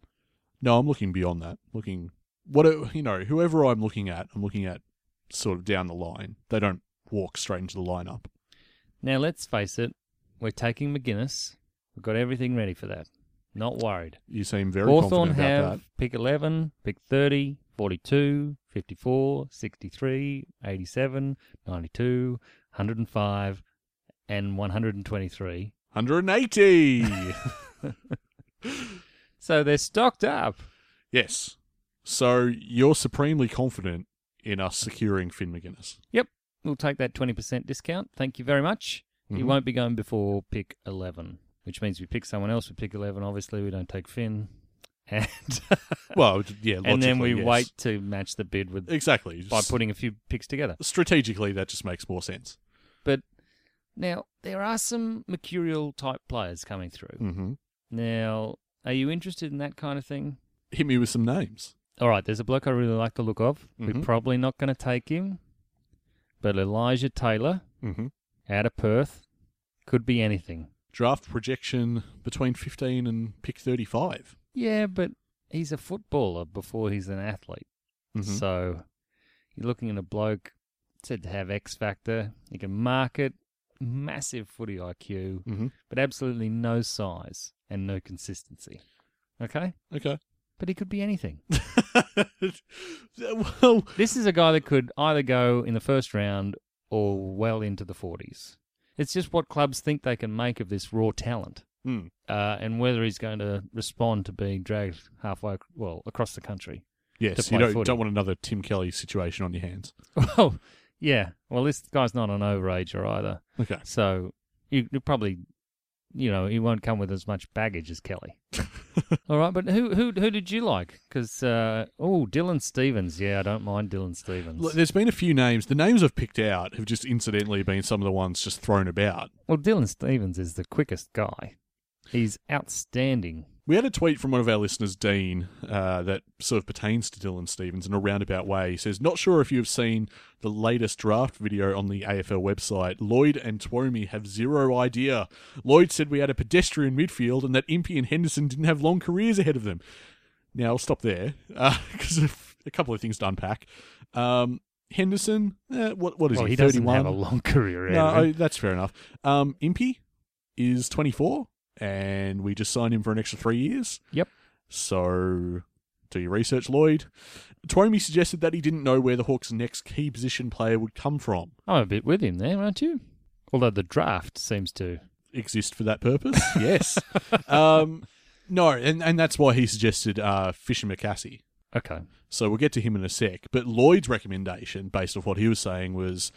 Speaker 3: No, I'm looking beyond that. Looking what you know, whoever I'm looking at, I'm looking at sort of down the line. They don't walk straight into the lineup.
Speaker 4: Now, let's face it, we're taking McGuinness. We've got everything ready for that. Not worried.
Speaker 3: You seem very
Speaker 4: Hawthorn
Speaker 3: confident about
Speaker 4: have pick 11, pick 30, 42, 54, 63, 87, 92, 105, and 123.
Speaker 3: that. 180.
Speaker 4: So they're stocked up.
Speaker 3: yes. So you're supremely confident in us securing Finn McGuinness.
Speaker 4: We'll take that 20% discount. Thank you very much. He
Speaker 3: Mhm.
Speaker 4: won't be going before pick 11, which means we pick someone else with pick 11. Obviously, we don't take Finn. And,
Speaker 3: Well, yeah,
Speaker 4: and then we
Speaker 3: logically, yes.
Speaker 4: wait to match the bid with
Speaker 3: Exactly.
Speaker 4: by putting a few picks together.
Speaker 3: strategically that just makes more sense.
Speaker 4: But now there are some mercurial type players coming through.
Speaker 3: Mm-hmm.
Speaker 4: Now, are you interested in that kind of thing?
Speaker 3: Hit me with some names.
Speaker 4: All right, there's a bloke I really like the look of. We're
Speaker 3: Mhm.
Speaker 4: probably not going to take him, but Elijah Taylor
Speaker 3: Mm-hmm.
Speaker 4: out of Perth could be anything.
Speaker 3: Draft projection between 15 and pick 35.
Speaker 4: Yeah, but he's a footballer before he's an athlete.
Speaker 3: Mhm.
Speaker 4: So you're looking at a bloke said to have X factor. He can market, massive footy IQ,
Speaker 3: Mhm.
Speaker 4: but absolutely no size and no consistency. Okay?
Speaker 3: Okay.
Speaker 4: But he could be anything.
Speaker 3: well,
Speaker 4: This is a guy that could either go in the first round or well into the 40s. It's just what clubs think they can make of this raw talent
Speaker 3: Hmm.
Speaker 4: uh, and whether he's going to respond to being dragged halfway, ac- well, across the country.
Speaker 3: yes,
Speaker 4: to
Speaker 3: you
Speaker 4: play
Speaker 3: don't,
Speaker 4: footy.
Speaker 3: don't want another Tim Kelly situation on your hands.
Speaker 4: Well, yeah. Well, this guy's not an overager either.
Speaker 3: Okay.
Speaker 4: So you, you probably, you know, he won't come with as much baggage as Kelly. All right, but who who who did you like? Because uh, oh, Dylan Stevens. Yeah, I don't mind Dylan Stevens.
Speaker 3: Look, there's been a few names. The names I've picked out have just incidentally been some of the ones just thrown about.
Speaker 4: Well, Dylan Stevens is the quickest guy. He's outstanding.
Speaker 3: We had a tweet from one of our listeners, Dean, uh, that sort of pertains to Dylan Stevens in a roundabout way. He says, Not sure if you have seen the latest draft video on the AFL website. Lloyd and Twomey have zero idea. Lloyd said we had a pedestrian midfield and that Impey and Henderson didn't have long careers ahead of them. Now, I'll stop there because a couple of things to unpack. Um, Henderson, eh, what, what is
Speaker 4: Well,
Speaker 3: he?
Speaker 4: he doesn't
Speaker 3: 31?
Speaker 4: have a long career.
Speaker 3: No,
Speaker 4: Andrew.
Speaker 3: I, that's fair enough. Um, Impy, is 24, and we just signed him for an extra three years.
Speaker 4: Yep.
Speaker 3: So do your research, Lloyd. Twomey suggested that he didn't know where the Hawks' next key position player would come from.
Speaker 4: I'm a bit with him there, aren't you? Although the draft seems to.
Speaker 3: Exist for that purpose? yes. Um, no, and, and that's why he suggested uh, Fisher McCassie.
Speaker 4: Okay.
Speaker 3: So we'll get to him in a sec. But Lloyd's recommendation, based off what he was saying, was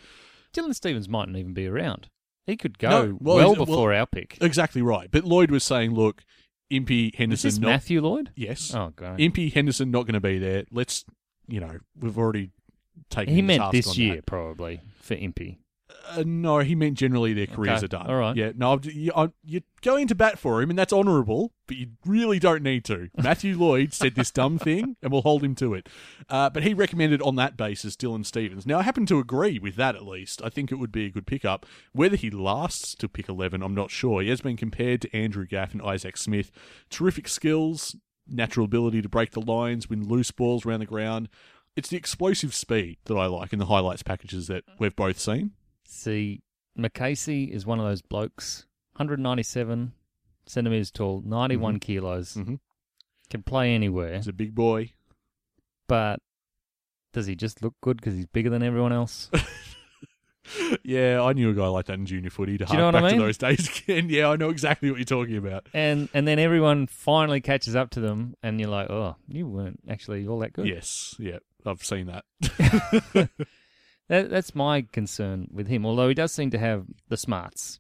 Speaker 4: Dylan Stevens mightn't even be around. He could go
Speaker 3: No, well,
Speaker 4: well,
Speaker 3: he's- well-
Speaker 4: before our pick.
Speaker 3: exactly right. But Lloyd was saying, look, Impy
Speaker 4: Is
Speaker 3: Henderson
Speaker 4: this
Speaker 3: not
Speaker 4: Matthew Lloyd?
Speaker 3: yes,
Speaker 4: Oh, God.
Speaker 3: Impy Henderson not going to be there. Let's you know we've already taken.
Speaker 4: He
Speaker 3: the
Speaker 4: meant
Speaker 3: task on
Speaker 4: this
Speaker 3: that.
Speaker 4: year, probably, for Impy.
Speaker 3: Uh, no, he meant generally their careers
Speaker 4: Okay,
Speaker 3: are done.
Speaker 4: all right.
Speaker 3: Yeah. No, I'm- you, I'm- you're going to bat for him, and that's honourable, but you really don't need to. Matthew Lloyd said this dumb thing, and we'll hold him to it. Uh, but he recommended on that basis Dylan Stevens. Now, I happen to agree with that at least. I think it would be a good pickup. Whether he lasts to pick 11, I'm not sure. He has been compared to Andrew Gaff and Isaac Smith. Terrific skills, natural ability to break the lines, win loose balls around the ground. It's the explosive speed that I like in the highlights packages that we've both seen.
Speaker 4: See, McCasey is one of those blokes, 197 centimetres tall, 91 kilos,
Speaker 3: Mhm.
Speaker 4: can play anywhere,
Speaker 3: He's a big boy.
Speaker 4: but does he just look good because he's bigger than everyone else?
Speaker 3: Yeah, I knew a guy like that in junior footy. To
Speaker 4: you know
Speaker 3: hark
Speaker 4: what I
Speaker 3: back
Speaker 4: mean?
Speaker 3: to those days again. Yeah, I know exactly what you're talking about.
Speaker 4: and and then everyone finally catches up to them, and you're like, oh, you weren't actually all that good.
Speaker 3: Yes, yeah, I've seen that.
Speaker 4: That, that's my concern with him. Although he does seem to have the smarts.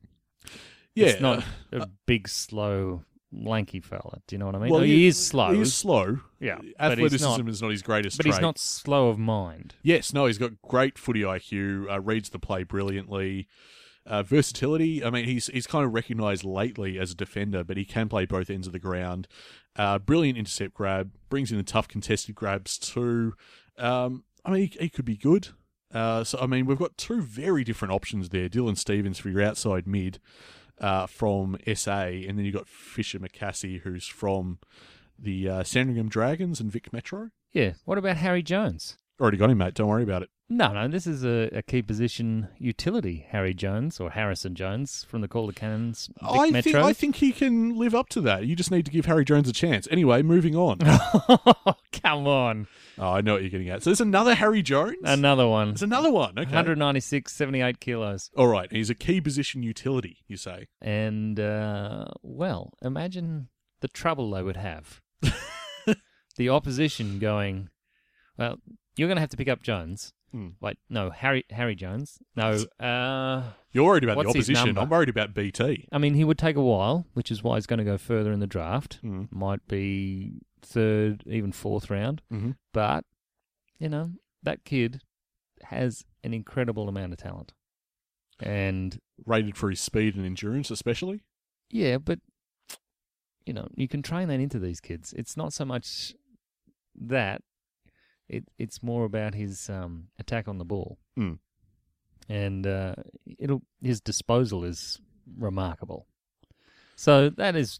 Speaker 3: Yeah,
Speaker 4: it's not
Speaker 3: uh,
Speaker 4: a big, slow, lanky fella. Do you know what I mean?
Speaker 3: well,
Speaker 4: Oh, he, is slow.
Speaker 3: uh, He is slow.
Speaker 4: yeah, but he's
Speaker 3: athleticism
Speaker 4: not.
Speaker 3: is not his greatest.
Speaker 4: But he's
Speaker 3: trait.
Speaker 4: not slow of mind.
Speaker 3: Yes, no, he's got great footy IQ. Uh, reads the play brilliantly. Uh, versatility. I mean, he's he's kind of recognised lately as a defender, but he can play both ends of the ground. Uh, brilliant intercept grab. Brings in the tough contested grabs too. Um, I mean, he, he could be good. Uh, so I mean, we've got two very different options there. Dylan Stevens for your outside mid uh, from SA, and then you've got Fisher McCassie, who's from the uh, Sandringham Dragons and Vic Metro.
Speaker 4: Yeah. What about Harry Jones?
Speaker 3: Already got him, mate. Don't worry about it.
Speaker 4: No, no, this is a, a key position utility, Harry Jones or Harrison Jones from the Calder Cannons Vic
Speaker 3: I
Speaker 4: Metro.
Speaker 3: think I think he can live up to that. You just need to give Harry Jones a chance. Anyway, moving on. oh,
Speaker 4: Come on.
Speaker 3: I know what you're getting at. So there's another Harry Jones.
Speaker 4: Another one.
Speaker 3: there's another one. Okay.
Speaker 4: 196, 78 kilos.
Speaker 3: All right. He's a key position utility. You say.
Speaker 4: And, uh, well, imagine the trouble they would have. the opposition going, well, you're going to have to pick up Jones.
Speaker 3: Hmm.
Speaker 4: Wait, no, Harry Harry Jones. No, uh,
Speaker 3: You're worried about
Speaker 4: What's
Speaker 3: the
Speaker 4: his
Speaker 3: opposition.
Speaker 4: number?
Speaker 3: I'm worried about BT.
Speaker 4: I mean, he would take a while, which is why he's going to go further in the draft.
Speaker 3: Mm.
Speaker 4: Might be third, even fourth round.
Speaker 3: Mhm.
Speaker 4: But, you know, that kid has an incredible amount of talent. And,
Speaker 3: Rated for his speed and endurance, especially.
Speaker 4: yeah, but, you know, you can train that into these kids. It's not so much that, it, it's more about his um, attack on the ball.
Speaker 3: Mm.
Speaker 4: And uh, it'll his disposal is remarkable. So that is,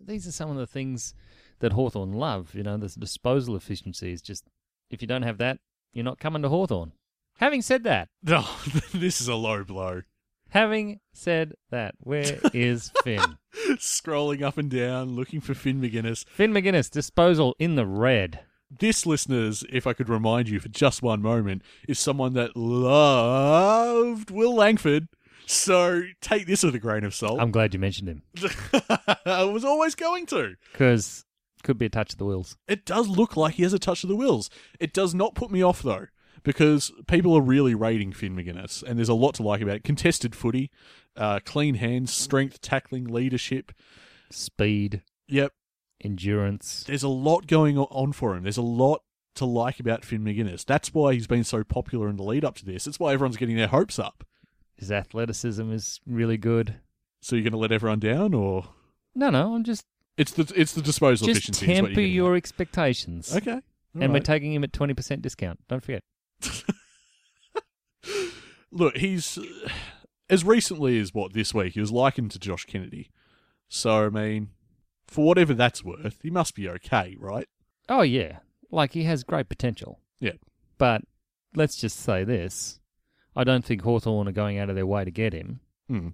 Speaker 4: these are some of the things that Hawthorn love. You know, this disposal efficiency is just, if you don't have that, you're not coming to Hawthorn. Having said that,
Speaker 3: No, this is a low blow.
Speaker 4: having said that, where is Finn?
Speaker 3: Scrolling up and down, looking for Finn McGuinness.
Speaker 4: Finn McGuinness, disposal in the red.
Speaker 3: This, listeners, if I could remind you for just one moment, is someone that loved Will Langford. So take this with a grain of salt.
Speaker 4: I'm glad you mentioned him
Speaker 3: I was always going to.
Speaker 4: because could be a touch of the wheels.
Speaker 3: It does look like he has a touch of the wills. It does not put me off though, because people are really rating Finn McGuinness, and there's a lot to like about it. Contested footy, uh, clean hands, strength, tackling, leadership.
Speaker 4: Speed,
Speaker 3: Yep,
Speaker 4: endurance.
Speaker 3: there's a lot going o- on for him. There's a lot to like about Finn McGuinness. That's why he's been so popular in the lead up to this. That's why everyone's getting their hopes up.
Speaker 4: His athleticism is really good.
Speaker 3: So you're going to let everyone down, or
Speaker 4: No, no, I'm just
Speaker 3: it's the it's the disposal
Speaker 4: just
Speaker 3: efficiency. is what
Speaker 4: temper
Speaker 3: you're
Speaker 4: your
Speaker 3: getting
Speaker 4: expectations.
Speaker 3: at. okay. all
Speaker 4: and we're
Speaker 3: right.
Speaker 4: taking him at twenty percent discount. Don't forget.
Speaker 3: look, he's as recently as what this week he was likened to Josh Kennedy. So I mean, for whatever that's worth, he must be okay, right?
Speaker 4: Oh yeah, like he has great potential.
Speaker 3: Yeah.
Speaker 4: But let's just say this: I don't think Hawthorn are going out of their way to get him
Speaker 3: Hmm.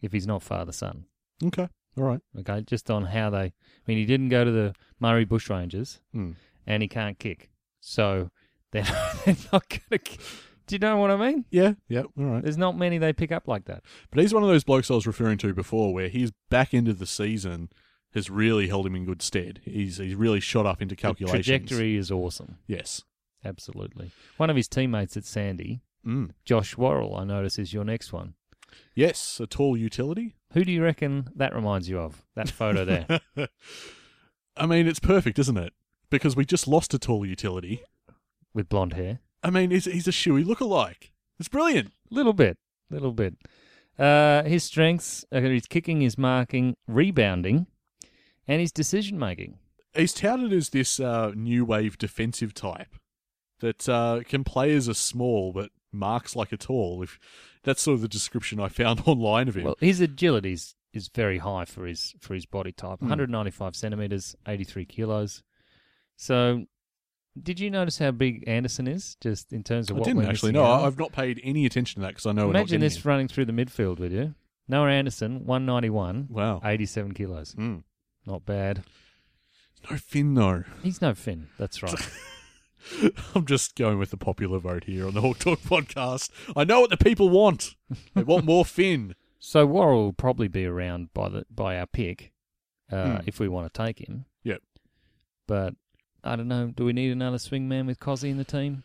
Speaker 4: if he's not father son.
Speaker 3: Okay. All right.
Speaker 4: Okay, just on how they. I mean, he didn't go to the Murray Bushrangers,
Speaker 3: Hmm.
Speaker 4: and he can't kick, so they're, they're not going to. Do you know what I mean?
Speaker 3: Yeah. Yeah. All right.
Speaker 4: There's not many they pick up like that.
Speaker 3: But he's one of those blokes I was referring to before, where he's back into the season has really held him in good stead. He's he's really shot up into
Speaker 4: The
Speaker 3: calculations.
Speaker 4: trajectory is awesome.
Speaker 3: Yes.
Speaker 4: Absolutely. One of his teammates at Sandy,
Speaker 3: Mm.
Speaker 4: Josh Worrell, I notice is your next one.
Speaker 3: Yes. A tall utility.
Speaker 4: Who do you reckon that reminds you of? That photo there.
Speaker 3: I mean, it's perfect, isn't it? Because we just lost a tall utility.
Speaker 4: with blonde hair.
Speaker 3: I mean, he's he's a shoey look-alike. It's brilliant.
Speaker 4: Little bit, little bit. Uh, his strengths are his kicking, his marking, rebounding, and his decision making.
Speaker 3: He's touted as this uh, new wave defensive type that uh, can play as a small but marks like a tall. If that's sort of the description I found online of him.
Speaker 4: Well, his agility is, is very high for his for his body type.
Speaker 3: Hmm.
Speaker 4: 195 centimeters, 83 kilos. So, did you notice how big Anderson is? Just in terms of
Speaker 3: I
Speaker 4: what
Speaker 3: didn't
Speaker 4: we're
Speaker 3: actually.
Speaker 4: missing
Speaker 3: No,
Speaker 4: out on?
Speaker 3: I- I've not paid any attention to that because I know. we're not
Speaker 4: Imagine
Speaker 3: getting
Speaker 4: this
Speaker 3: him.
Speaker 4: running through the midfield with you. Noah Anderson, 191,
Speaker 3: Wow.
Speaker 4: 87 kilos.
Speaker 3: Mm.
Speaker 4: Not bad.
Speaker 3: No Finn, no.
Speaker 4: He's no Finn. That's right.
Speaker 3: I'm just going with the popular vote here on the Hawk Talk podcast. I know what the people want. They want more Finn.
Speaker 4: so Worrell will probably be around by the by our pick
Speaker 3: Hmm.
Speaker 4: uh, if we want to take him.
Speaker 3: Yep.
Speaker 4: But I don't know. Do we need another swing man with Cozzy in the team?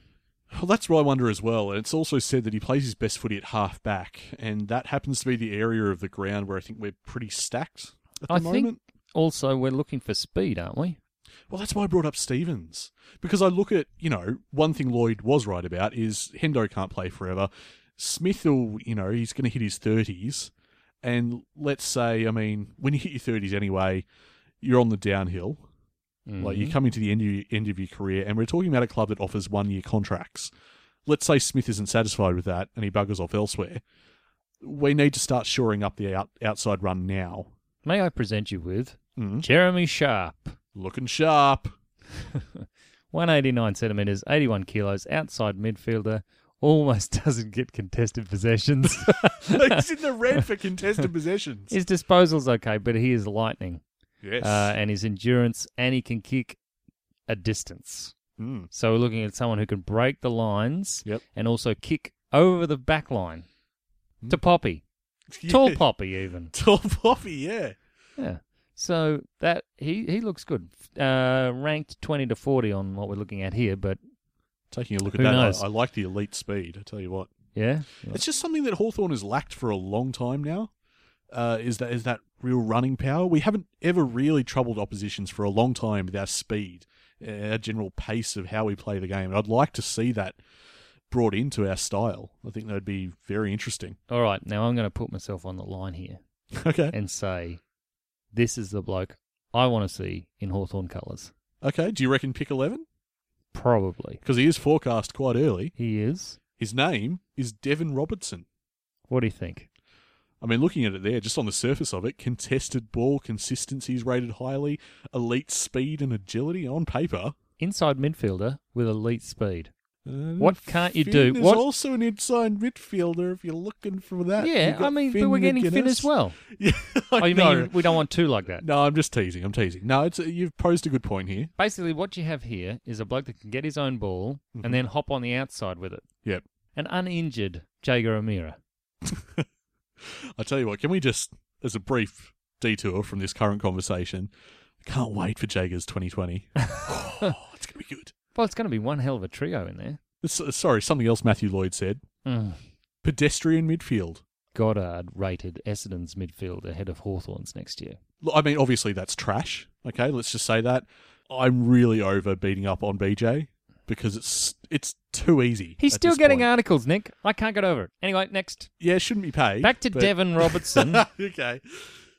Speaker 3: Well, that's what I wonder as well. And it's also said that he plays his best footy at half back, and that happens to be the area of the ground where I think we're pretty stacked at the
Speaker 4: I
Speaker 3: moment.
Speaker 4: think also we're looking for speed, aren't we?
Speaker 3: Well, that's why I brought up Stevens because I look at you know one thing Lloyd was right about is Hendo can't play forever. Smith will you know he's going to hit his thirties, and let's say I mean when you hit your thirties anyway, you're on the downhill. Like you're coming to the end of your, end of your career, and we're talking about a club that offers one year contracts. Let's say Smith isn't satisfied with that and he buggers off elsewhere. We need to start shoring up the out, outside run now.
Speaker 4: May I present you with
Speaker 3: Mm.
Speaker 4: Jeremy Sharp,
Speaker 3: Looking sharp.
Speaker 4: 189 centimeters, 81 kilos, outside midfielder. Almost doesn't get contested possessions.
Speaker 3: He's in the red for contested possessions.
Speaker 4: His disposal's okay, but he is lightning.
Speaker 3: Yes.
Speaker 4: Uh, and his endurance, and he can kick a distance.
Speaker 3: Mm.
Speaker 4: So we're looking at someone who can break the lines
Speaker 3: Yep.
Speaker 4: and also kick over the back line to Poppy. Tall
Speaker 3: Yeah.
Speaker 4: Poppy, even.
Speaker 3: Tall poppy, yeah.
Speaker 4: Yeah. So that he, he looks good. Uh, ranked 20 to 40 on what we're looking at here, but
Speaker 3: Taking a look at
Speaker 4: Who
Speaker 3: that,
Speaker 4: knows?
Speaker 3: I, I like the elite speed, I tell you what.
Speaker 4: yeah.
Speaker 3: It's just something that Hawthorn has lacked for a long time now. Uh, is that is that real running power? We haven't ever really troubled oppositions for a long time with our speed, uh, our general pace of how we play the game. And I'd like to see that brought into our style. I think that'd be very interesting.
Speaker 4: All right. Now I'm going to put myself on the line here
Speaker 3: Okay.
Speaker 4: and say this is the bloke I want to see in Hawthorn colours.
Speaker 3: Okay. Do you reckon pick eleven?
Speaker 4: Probably.
Speaker 3: Because he is forecast quite early.
Speaker 4: He is.
Speaker 3: His name is Devin Robertson.
Speaker 4: What do you think?
Speaker 3: I mean, looking at it there, just on the surface of it, contested ball consistency is rated highly, elite speed and agility on paper.
Speaker 4: Inside midfielder with elite speed.
Speaker 3: Uh,
Speaker 4: What can't you
Speaker 3: Finn
Speaker 4: do?
Speaker 3: is
Speaker 4: What-
Speaker 3: also an inside midfielder if you're looking for that.
Speaker 4: yeah,
Speaker 3: You've Uh, got
Speaker 4: I mean, but
Speaker 3: Finn
Speaker 4: we're getting Finn
Speaker 3: McGuinness.
Speaker 4: as well.
Speaker 3: Yeah, I
Speaker 4: Oh, you
Speaker 3: know.
Speaker 4: mean we don't want two like that?
Speaker 3: No, I'm just teasing. I'm teasing. No, it's you've posed a good point here.
Speaker 4: Basically, what you have here is a bloke that can get his own ball
Speaker 3: Mm-hmm.
Speaker 4: and then hop on the outside with it.
Speaker 3: Yep.
Speaker 4: An uninjured Jager O'Meara.
Speaker 3: I tell you what, can we just, as a brief detour from this current conversation, I can't wait for Jaggers 2020. oh, it's going to be good.
Speaker 4: Well, it's going to be one hell of a trio in there.
Speaker 3: It's- uh, sorry, something else Matthew Lloyd said.
Speaker 4: Mm.
Speaker 3: Pedestrian midfield.
Speaker 4: Goddard uh, rated Essendon's midfield ahead of Hawthorn's next year.
Speaker 3: Look, I mean, obviously that's trash. Okay, let's just say that. I'm really over beating up on BJ because it's it's too easy.
Speaker 4: He's
Speaker 3: at
Speaker 4: still
Speaker 3: this
Speaker 4: getting
Speaker 3: point.
Speaker 4: articles, Nick. I can't get over it. Anyway, next.
Speaker 3: Yeah, shouldn't be paid.
Speaker 4: Back to
Speaker 3: but-
Speaker 4: Devon Robertson.
Speaker 3: okay.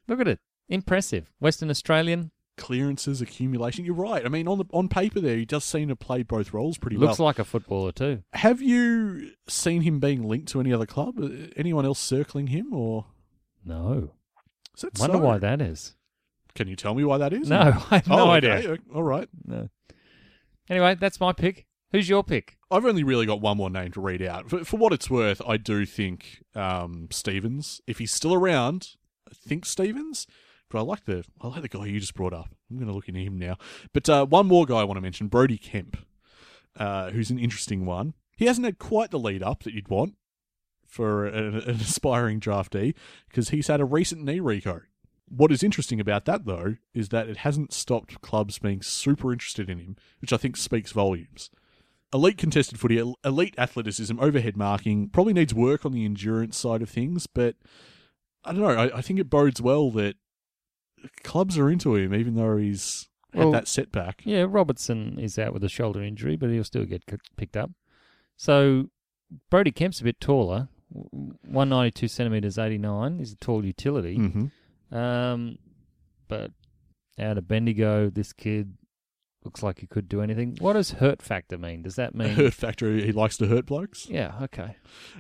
Speaker 4: Look at it. Impressive. Western Australian.
Speaker 3: Clearances, accumulation. You're right. I mean, on the on paper, there he does seem to play both roles pretty
Speaker 4: Looks
Speaker 3: well.
Speaker 4: like a footballer, too.
Speaker 3: Have you seen him being linked to any other club? Uh, Anyone else circling him, or
Speaker 4: No.
Speaker 3: is that
Speaker 4: Wonder
Speaker 3: so?
Speaker 4: why that is.
Speaker 3: Can you tell me why that is?
Speaker 4: No, I have no
Speaker 3: oh,
Speaker 4: idea.
Speaker 3: okay, okay, All right.
Speaker 4: No. Anyway, that's my pick. Who's your pick?
Speaker 3: I've only really got one more name to read out. For, for what it's worth, I do think um, Stevens, if he's still around, think Stevens. But I like the I like the guy you just brought up. I'm going to look into him now. But uh, one more guy I want to mention, Brody Kemp, uh, who's an interesting one. He hasn't had quite the lead up that you'd want for an, an aspiring draftee because he's had a recent knee reco. What is interesting about that though is that it hasn't stopped clubs being super interested in him, which I think speaks volumes elite contested footy, el- elite athleticism, overhead marking, probably needs work on the endurance side of things, but I don't know. I, I think it bodes well that clubs are into him, even though he's
Speaker 4: Well-
Speaker 3: had that setback.
Speaker 4: Yeah, Robertson is out with a shoulder injury, but he'll still get c- picked up. So Brody Kemp's a bit taller, w- 192 centimetres, 89. He's a tall utility.
Speaker 3: Mm-hmm.
Speaker 4: Um, but out of Bendigo, this kid looks like he could do anything. What does hurt factor mean? Does that mean.
Speaker 3: Hurt factor, he likes to hurt blokes.
Speaker 4: yeah, okay.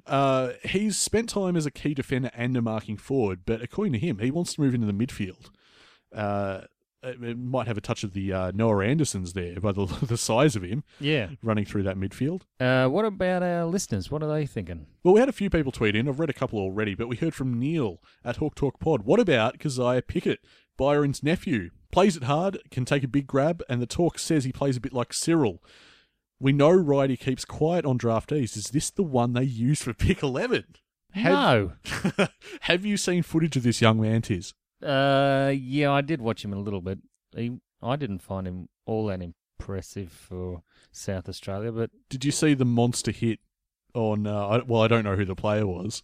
Speaker 3: Uh, he's spent time as a key defender and a marking forward, but according to him, he wants to move into the midfield. Uh, it it might have a touch of the uh, Noah Andersons there by the, the size of him
Speaker 4: Yeah.
Speaker 3: running through that midfield.
Speaker 4: Uh, what about our listeners? What are they thinking?
Speaker 3: Well, we had a few people tweet in. I've read a couple already, but we heard from Neil at Hawk Talk Pod. What about Keziah Pickett, Byron's nephew? Plays it hard, can take a big grab, and the talk says he plays a bit like Cyril. We know Righty keeps quiet on draftees. Is this the one they use for pick 11?
Speaker 4: no.
Speaker 3: Have you seen footage of this young man, Tiz?
Speaker 4: Uh, yeah, I did watch him a little bit. He, I didn't find him all that impressive for South Australia, but
Speaker 3: Did you see the monster hit on, uh, I- well, I don't know who the player was,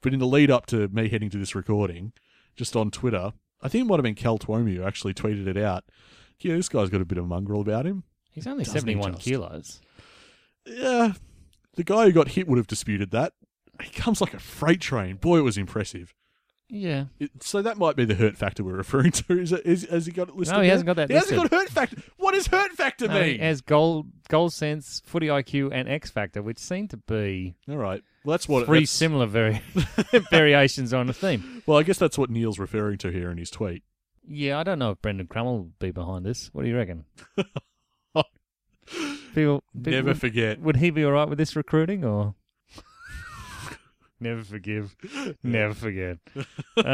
Speaker 3: but in the lead up to me heading to this recording, just on Twitter, I think it might have been Cal Twomey who actually tweeted it out. Yeah, this guy's got a bit of mongrel about him.
Speaker 4: he's only
Speaker 3: Doesn't he
Speaker 4: 71
Speaker 3: just?
Speaker 4: kilos.
Speaker 3: Yeah, the guy who got hit would have disputed that. He comes like a freight train. Boy, it was impressive.
Speaker 4: Yeah.
Speaker 3: It, so that might be the hurt factor we're referring to. Is, it, is has he got it listed?
Speaker 4: No, he
Speaker 3: there?
Speaker 4: hasn't got that
Speaker 3: He hasn't
Speaker 4: listed.
Speaker 3: got hurt factor. What does hurt factor
Speaker 4: No, he
Speaker 3: mean?
Speaker 4: has goal, goal sense, footy IQ, and X Factor, which seem to be
Speaker 3: All right. Well, that's what.
Speaker 4: three
Speaker 3: that's-
Speaker 4: similar vari- variations on a theme.
Speaker 3: well, I guess that's what Neil's referring to here in his tweet.
Speaker 4: Yeah, I don't know if Brendan Crummell will be behind this. What do you reckon? People, people-
Speaker 3: Never forget.
Speaker 4: Would he be all right with this recruiting or? Never forgive. Never forget. uh,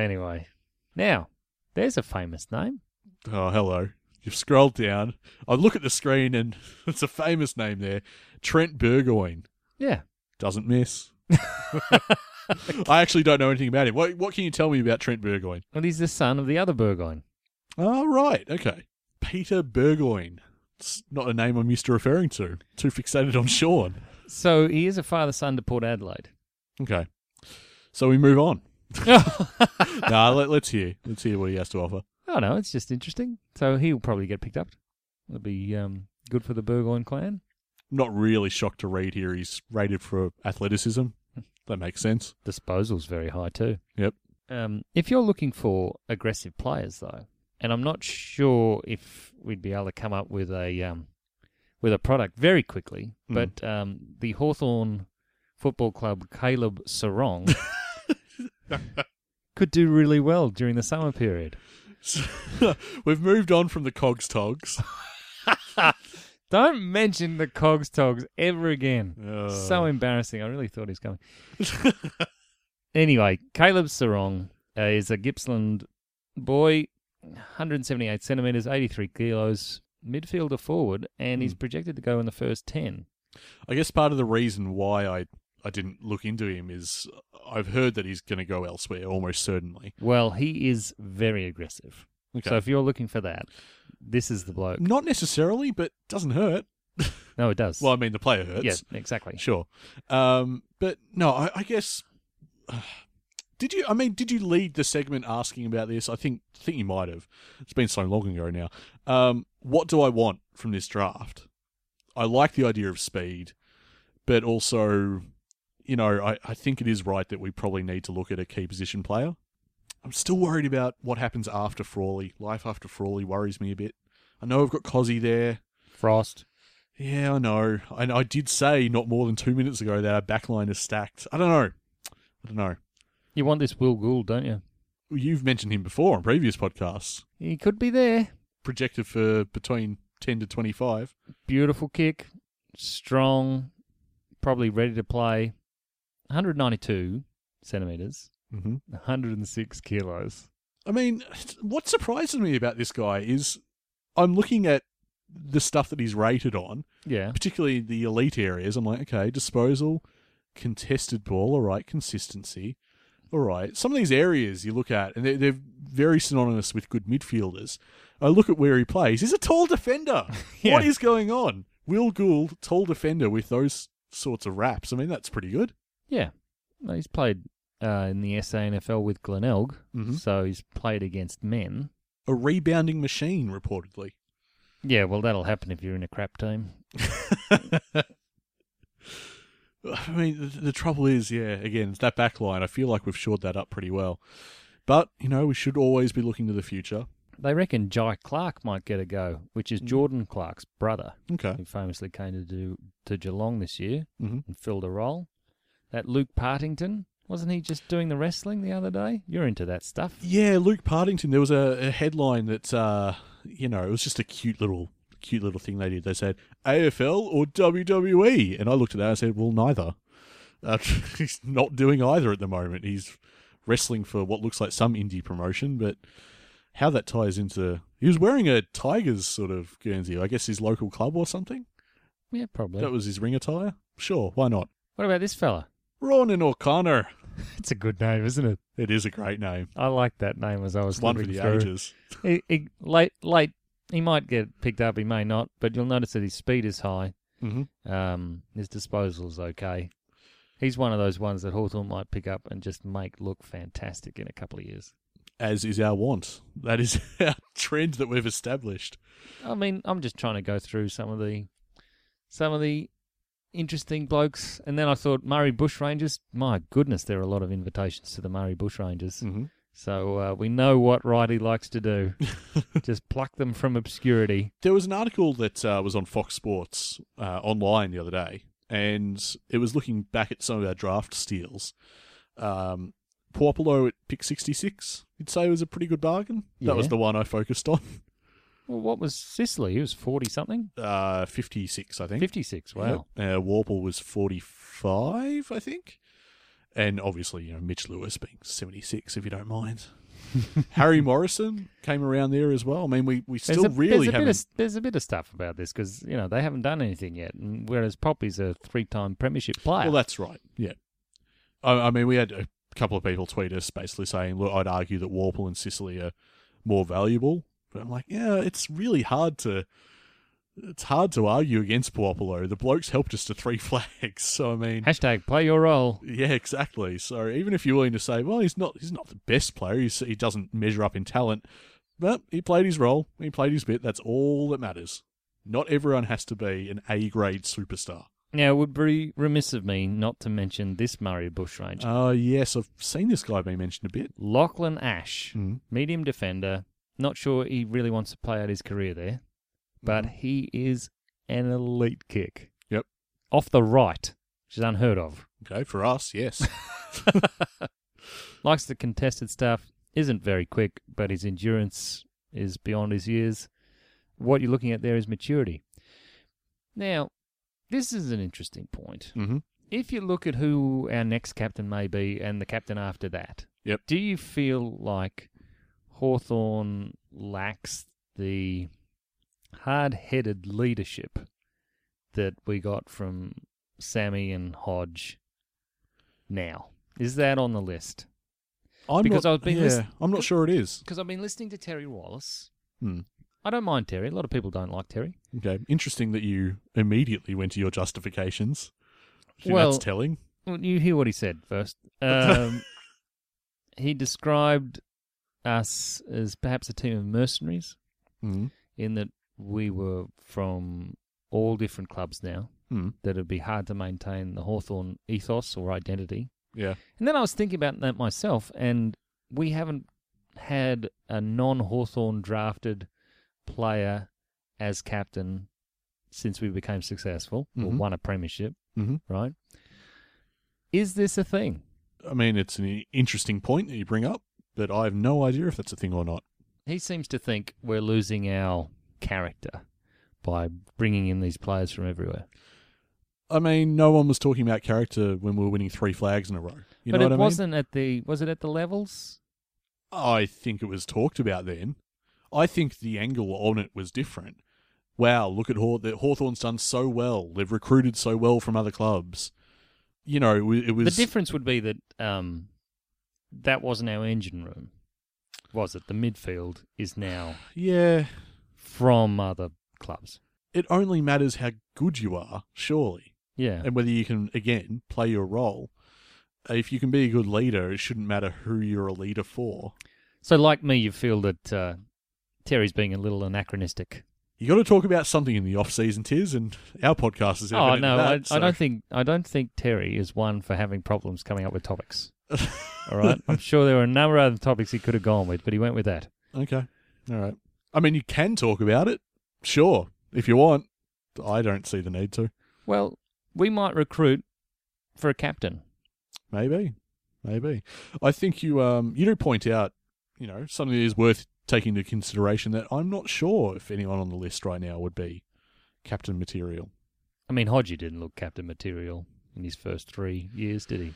Speaker 4: anyway, now there's a famous name.
Speaker 3: Oh, hello. You've scrolled down. I look at the screen and it's a famous name there. Trent Burgoyne.
Speaker 4: Yeah.
Speaker 3: Doesn't miss. I actually don't know anything about him. What, what can you tell me about Trent Burgoyne?
Speaker 4: Well, he's the son of the other Burgoyne.
Speaker 3: Oh, right. Okay. Peter Burgoyne. It's not a name I'm used to referring to. Too fixated on Sean.
Speaker 4: So he is a father son to Port Adelaide.
Speaker 3: Okay. So we move on. nah, let, let's hear. Let's hear what he has to offer.
Speaker 4: Oh no, it's just interesting. So he'll probably get picked up. It'll be um, good for the Burgoyne clan.
Speaker 3: Not really shocked to read here. He's rated for athleticism. That makes sense.
Speaker 4: Disposal's very high too.
Speaker 3: Yep.
Speaker 4: Um, if you're looking for aggressive players though, and I'm not sure if we'd be able to come up with a um, with a product very quickly, but um, the Hawthorn Football Club Caleb Sarong could do really well during the summer period.
Speaker 3: We've moved on from the cogs togs.
Speaker 4: Don't mention the Cogs Togs ever again.
Speaker 3: Oh.
Speaker 4: So embarrassing. I really thought he was coming. anyway, Caleb Sarong uh, is a Gippsland boy, 178 centimetres, 83 kilos, midfielder forward, and
Speaker 3: Hmm.
Speaker 4: he's projected to go in the first 10.
Speaker 3: I guess part of the reason why I, I didn't look into him is I've heard that he's going to go elsewhere almost certainly.
Speaker 4: Well, he is very aggressive.
Speaker 3: Okay.
Speaker 4: So if you're looking for that, this is the bloke.
Speaker 3: Not necessarily, but doesn't hurt.
Speaker 4: No, it does.
Speaker 3: Well, I mean, the player hurts.
Speaker 4: yes, exactly.
Speaker 3: Sure. Um, but no, I, I guess. Did you? I mean, did you lead the segment asking about this? I think think you might have. It's been so long ago now. Um, what do I want from this draft? I like the idea of speed, but also, you know, I, I think it is right that we probably need to look at a key position player. I'm still worried about what happens after Frawley. Life after Frawley worries me a bit. I know I've got Cozzy there.
Speaker 4: Frost.
Speaker 3: Yeah, I know. I, I did say not more than two minutes ago that our backline is stacked. I don't know. I don't know.
Speaker 4: You want this Will Gould, don't you?
Speaker 3: You've mentioned him before on previous podcasts.
Speaker 4: He could be there.
Speaker 3: Projected for between ten to twenty-five.
Speaker 4: beautiful kick, strong, probably ready to play. 192 centimeters,
Speaker 3: Mhm.
Speaker 4: 106 kilos.
Speaker 3: I mean, what surprises me about this guy is I'm looking at the stuff that he's rated on,
Speaker 4: Yeah.
Speaker 3: particularly the elite areas. I'm like, okay, disposal, contested ball, all right, consistency, all right. Some of these areas you look at, and they're, they're very synonymous with good midfielders. I look at where he plays. He's a tall defender.
Speaker 4: Yeah.
Speaker 3: What is going on? Will Gould, tall defender with those sorts of wraps. I mean, that's pretty good.
Speaker 4: Yeah. Well, he's played uh, in the SANFL with Glenelg,
Speaker 3: Mhm.
Speaker 4: so he's played against men.
Speaker 3: A rebounding machine, reportedly.
Speaker 4: Yeah, well, that'll happen if you're in a crap team.
Speaker 3: I mean, the, the trouble is, yeah, again, it's that back line. I feel like we've shored that up pretty well. But, you know, we should always be looking to the future.
Speaker 4: They reckon Jai Clark might get a go, which is Jordan Clark's brother,
Speaker 3: Okay.
Speaker 4: who famously came to do, to Geelong this year
Speaker 3: Mhm.
Speaker 4: and filled a role. That Luke Partington, wasn't he just doing the wrestling the other day? You're into that stuff.
Speaker 3: Yeah, Luke Partington. There was a, a headline that, uh, you know, it was just a cute little, cute little thing they did. They said AFL or WWE, and I looked at that. and I said, well, neither. Uh, he's not doing either at the moment. He's wrestling for what looks like some indie promotion, but how that ties into he was wearing a Tigers sort of Guernsey, I guess his local club or something.
Speaker 4: Yeah, probably.
Speaker 3: That was his ring attire. Sure, why not?
Speaker 4: what about this fella?
Speaker 3: Ronan O'Connor.
Speaker 4: It's a good name, isn't it?
Speaker 3: It is a great name.
Speaker 4: I like that name as I was
Speaker 3: One for
Speaker 4: looking
Speaker 3: the
Speaker 4: through.
Speaker 3: ages.
Speaker 4: He, he, late, late, he might get picked up. He may not, but you'll notice that his speed is high.
Speaker 3: Mhm.
Speaker 4: Um, his disposal is okay. He's one of those ones that Hawthorn might pick up and just make look fantastic in a couple of years.
Speaker 3: as is our want. That is our trend that we've established.
Speaker 4: I mean, I'm just trying to go through some of the, some of the interesting blokes, and then I thought Murray Bushrangers. My goodness, there are a lot of invitations to the Murray Bushrangers.
Speaker 3: Mhm.
Speaker 4: So uh, we know what Righty likes to do. just pluck them from obscurity.
Speaker 3: There was an article that uh, was on Fox Sports uh, online the other day, and it was looking back at some of our draft steals. Um, Puopolo at pick 66, you'd say was a pretty good bargain. That was
Speaker 4: Yeah.
Speaker 3: the one I focused on.
Speaker 4: Well, what was Sicily? He was 40 something?
Speaker 3: Uh, 56, I think.
Speaker 4: 56, wow.
Speaker 3: Yep. Uh, Warple was 45, I think. And obviously, you know, Mitch Lewis being 76, if you don't mind. Harry Morrison came around there as well. I mean, we, we still
Speaker 4: there's a,
Speaker 3: really
Speaker 4: there's a,
Speaker 3: haven't.
Speaker 4: bit of, there's a bit of stuff about this because, you know, they haven't done anything yet. And whereas Poppy's a three time premiership player.
Speaker 3: Well, that's right. Yeah. I, I mean, we had a couple of people tweet us basically saying, look, I'd argue that Warple and Sicily are more valuable. But I'm like, yeah, it's really hard to. It's hard to argue against Puopolo. The bloke's helped us to three flags. So, I mean.
Speaker 4: Hashtag play your role.
Speaker 3: Yeah, exactly. So even if you're willing to say, well, he's not he's not the best player, he's, he doesn't measure up in talent, but he played his role, he played his bit. That's all that matters. Not everyone has to be an A grade superstar.
Speaker 4: Now, it would be remiss of me not to mention this Murray Bushranger.
Speaker 3: Oh yes, I've seen this guy being mentioned a bit.
Speaker 4: Lachlan Ash,
Speaker 3: Mm.
Speaker 4: medium defender. Not sure he really wants to play out his career there, but he is an elite kick.
Speaker 3: Yep.
Speaker 4: Off the right, which is unheard of.
Speaker 3: Okay, for us, yes.
Speaker 4: likes the contested stuff, isn't very quick, but his endurance is beyond his years. What you're looking at there is maturity. Now, this is an interesting point.
Speaker 3: Mhm.
Speaker 4: If you look at who our next captain may be and the captain after that,
Speaker 3: Yep.
Speaker 4: do you feel like Hawthorn lacks the hard headed leadership that we got from Sammy and Hodge now? Is that on the list?
Speaker 3: I'm
Speaker 4: Because
Speaker 3: not,
Speaker 4: I've been
Speaker 3: yeah,
Speaker 4: listen-
Speaker 3: I'm not sure it is.
Speaker 4: Because I've been listening to Terry Wallace.
Speaker 3: Hmm.
Speaker 4: I don't mind Terry. A lot of people don't like Terry.
Speaker 3: Okay, interesting that you immediately went to your justifications. I think
Speaker 4: Well-
Speaker 3: that's telling.
Speaker 4: Well, you hear what he said first. Um, he described us as perhaps a team of mercenaries Mm-hmm.
Speaker 3: Mm.
Speaker 4: in that we were from all different clubs now,
Speaker 3: Hmm.
Speaker 4: that it'd be hard to maintain the Hawthorn ethos or identity.
Speaker 3: Yeah,
Speaker 4: And then I was thinking about that myself, and we haven't had a non Hawthorn drafted player as captain since we became successful or
Speaker 3: Mhm.
Speaker 4: won a premiership,
Speaker 3: Mhm.
Speaker 4: right? Is this a thing?
Speaker 3: I mean, it's an interesting point that you bring up, but I have no idea if that's a thing or not.
Speaker 4: He seems to think we're losing our character by bringing in these players from everywhere.
Speaker 3: I mean, no one was talking about character when we were winning three flags in a row. You
Speaker 4: but
Speaker 3: know
Speaker 4: it
Speaker 3: what I mean?
Speaker 4: wasn't at the was it at the levels?
Speaker 3: I think it was talked about then. I think the angle on it was different. Wow, look at Haw- that Hawthorn's done so well. They've recruited so well from other clubs. You know, it, wa- it was
Speaker 4: The difference would be that um, that wasn't our engine room, was it? The midfield is now
Speaker 3: yeah.
Speaker 4: from other clubs.
Speaker 3: It only matters how good you are, surely,
Speaker 4: Yeah,
Speaker 3: and whether you can again play your role. If you can be a good leader, it shouldn't matter who you're a leader for.
Speaker 4: So, like me, you feel that uh, Terry's being a little anachronistic.
Speaker 3: You got to talk about something in the off season, Tiz, and our podcast is.
Speaker 4: oh
Speaker 3: evident of
Speaker 4: no,
Speaker 3: that,
Speaker 4: I,
Speaker 3: so-
Speaker 4: I don't think I don't think Terry is one for having problems coming up with topics. All right, I'm sure there were a number of other topics he could have gone with, but he went with that.
Speaker 3: Okay. All right. I mean, you can talk about it, sure, if you want. I don't see the need to.
Speaker 4: Well, we might recruit for a captain.
Speaker 3: Maybe, maybe. I think you um you do point out, you know, something that is worth taking into consideration that I'm not sure if anyone on the list right now would be captain material.
Speaker 4: I mean, Hodgie didn't look captain material in his first three years, did he?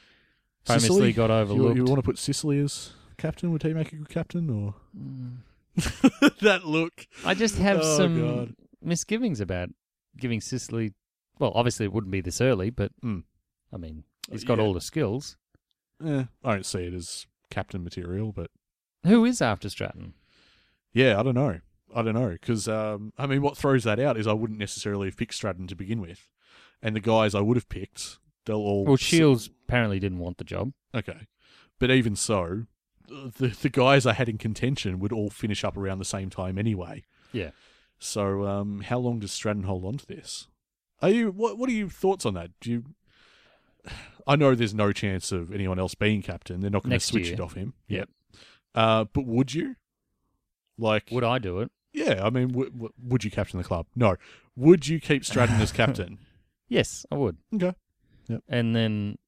Speaker 4: Famously
Speaker 3: Sicily
Speaker 4: got
Speaker 3: You,
Speaker 4: overlooked.
Speaker 3: you want to put Sicily as captain? Would he make a good captain or? that look.
Speaker 4: I just have
Speaker 3: Oh,
Speaker 4: some
Speaker 3: God.
Speaker 4: misgivings about giving Sicily. Well, obviously it wouldn't be this early, but hmm,
Speaker 3: Mm.
Speaker 4: I mean, he's got
Speaker 3: Yeah.
Speaker 4: all the skills.
Speaker 3: Eh, I don't see it as captain material, but
Speaker 4: Who is after Stratton?
Speaker 3: Yeah, I don't know. I don't know because um, I mean, what throws that out is I wouldn't necessarily have picked Stratton to begin with, and the guys I would have picked, they'll all
Speaker 4: Well, Shields apparently didn't want the job.
Speaker 3: Okay, but even so, the the guys I had in contention would all finish up around the same time anyway.
Speaker 4: Yeah.
Speaker 3: So, um, how long does Stratton hold on to this? Are you what? What are your thoughts on that? Do you? I know there's no chance of anyone else being captain. They're not going to
Speaker 4: Next
Speaker 3: switch
Speaker 4: year.
Speaker 3: it off him.
Speaker 4: Yep.
Speaker 3: Uh, but would you? Like,
Speaker 4: Would I do it?
Speaker 3: yeah, I mean, w- w- would you captain the club? No. Would you keep Stratton as captain?
Speaker 4: Yes, I would.
Speaker 3: Okay.
Speaker 4: And then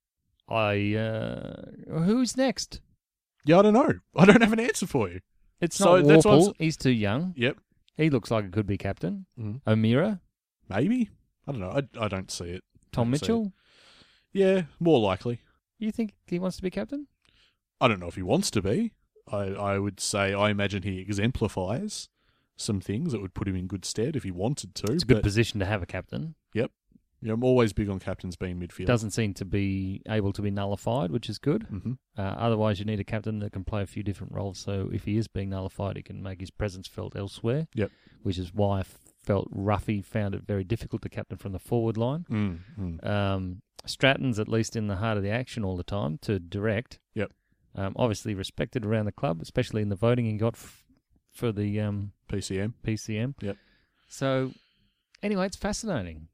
Speaker 4: I. Uh, who's next?
Speaker 3: Yeah, I don't know. I don't have an answer for you.
Speaker 4: It's
Speaker 3: So
Speaker 4: not
Speaker 3: that's what I'm
Speaker 4: Warple. He's too young.
Speaker 3: Yep.
Speaker 4: He looks like it could be captain.
Speaker 3: Mhm.
Speaker 4: O'Meara,
Speaker 3: Maybe. I don't know. I, I don't see it.
Speaker 4: Tom
Speaker 3: Don't see
Speaker 4: Mitchell.
Speaker 3: Yeah, more likely.
Speaker 4: You think he wants to be captain?
Speaker 3: I don't know if he wants to be. I, I would say I imagine he exemplifies some things that would put him in good stead if he wanted to.
Speaker 4: It's a good
Speaker 3: but,
Speaker 4: position to have a captain.
Speaker 3: you know, I'm always big on captains being midfield.
Speaker 4: Doesn't seem to be able to be nullified, which is good.
Speaker 3: hmm
Speaker 4: Uh, otherwise, you need a captain that can play a few different roles. So if he is being nullified, he can make his presence felt elsewhere.
Speaker 3: Yep.
Speaker 4: Which is why I f- felt Ruffy found it very difficult to captain from the forward line.
Speaker 3: mm mm.
Speaker 4: Um, Stratton's at least in the heart of the action all the time to direct.
Speaker 3: Yep.
Speaker 4: Um, obviously respected around the club, especially in the voting he got f- for the um,
Speaker 3: PCM.
Speaker 4: PCM.
Speaker 3: Yep.
Speaker 4: So anyway, it's fascinating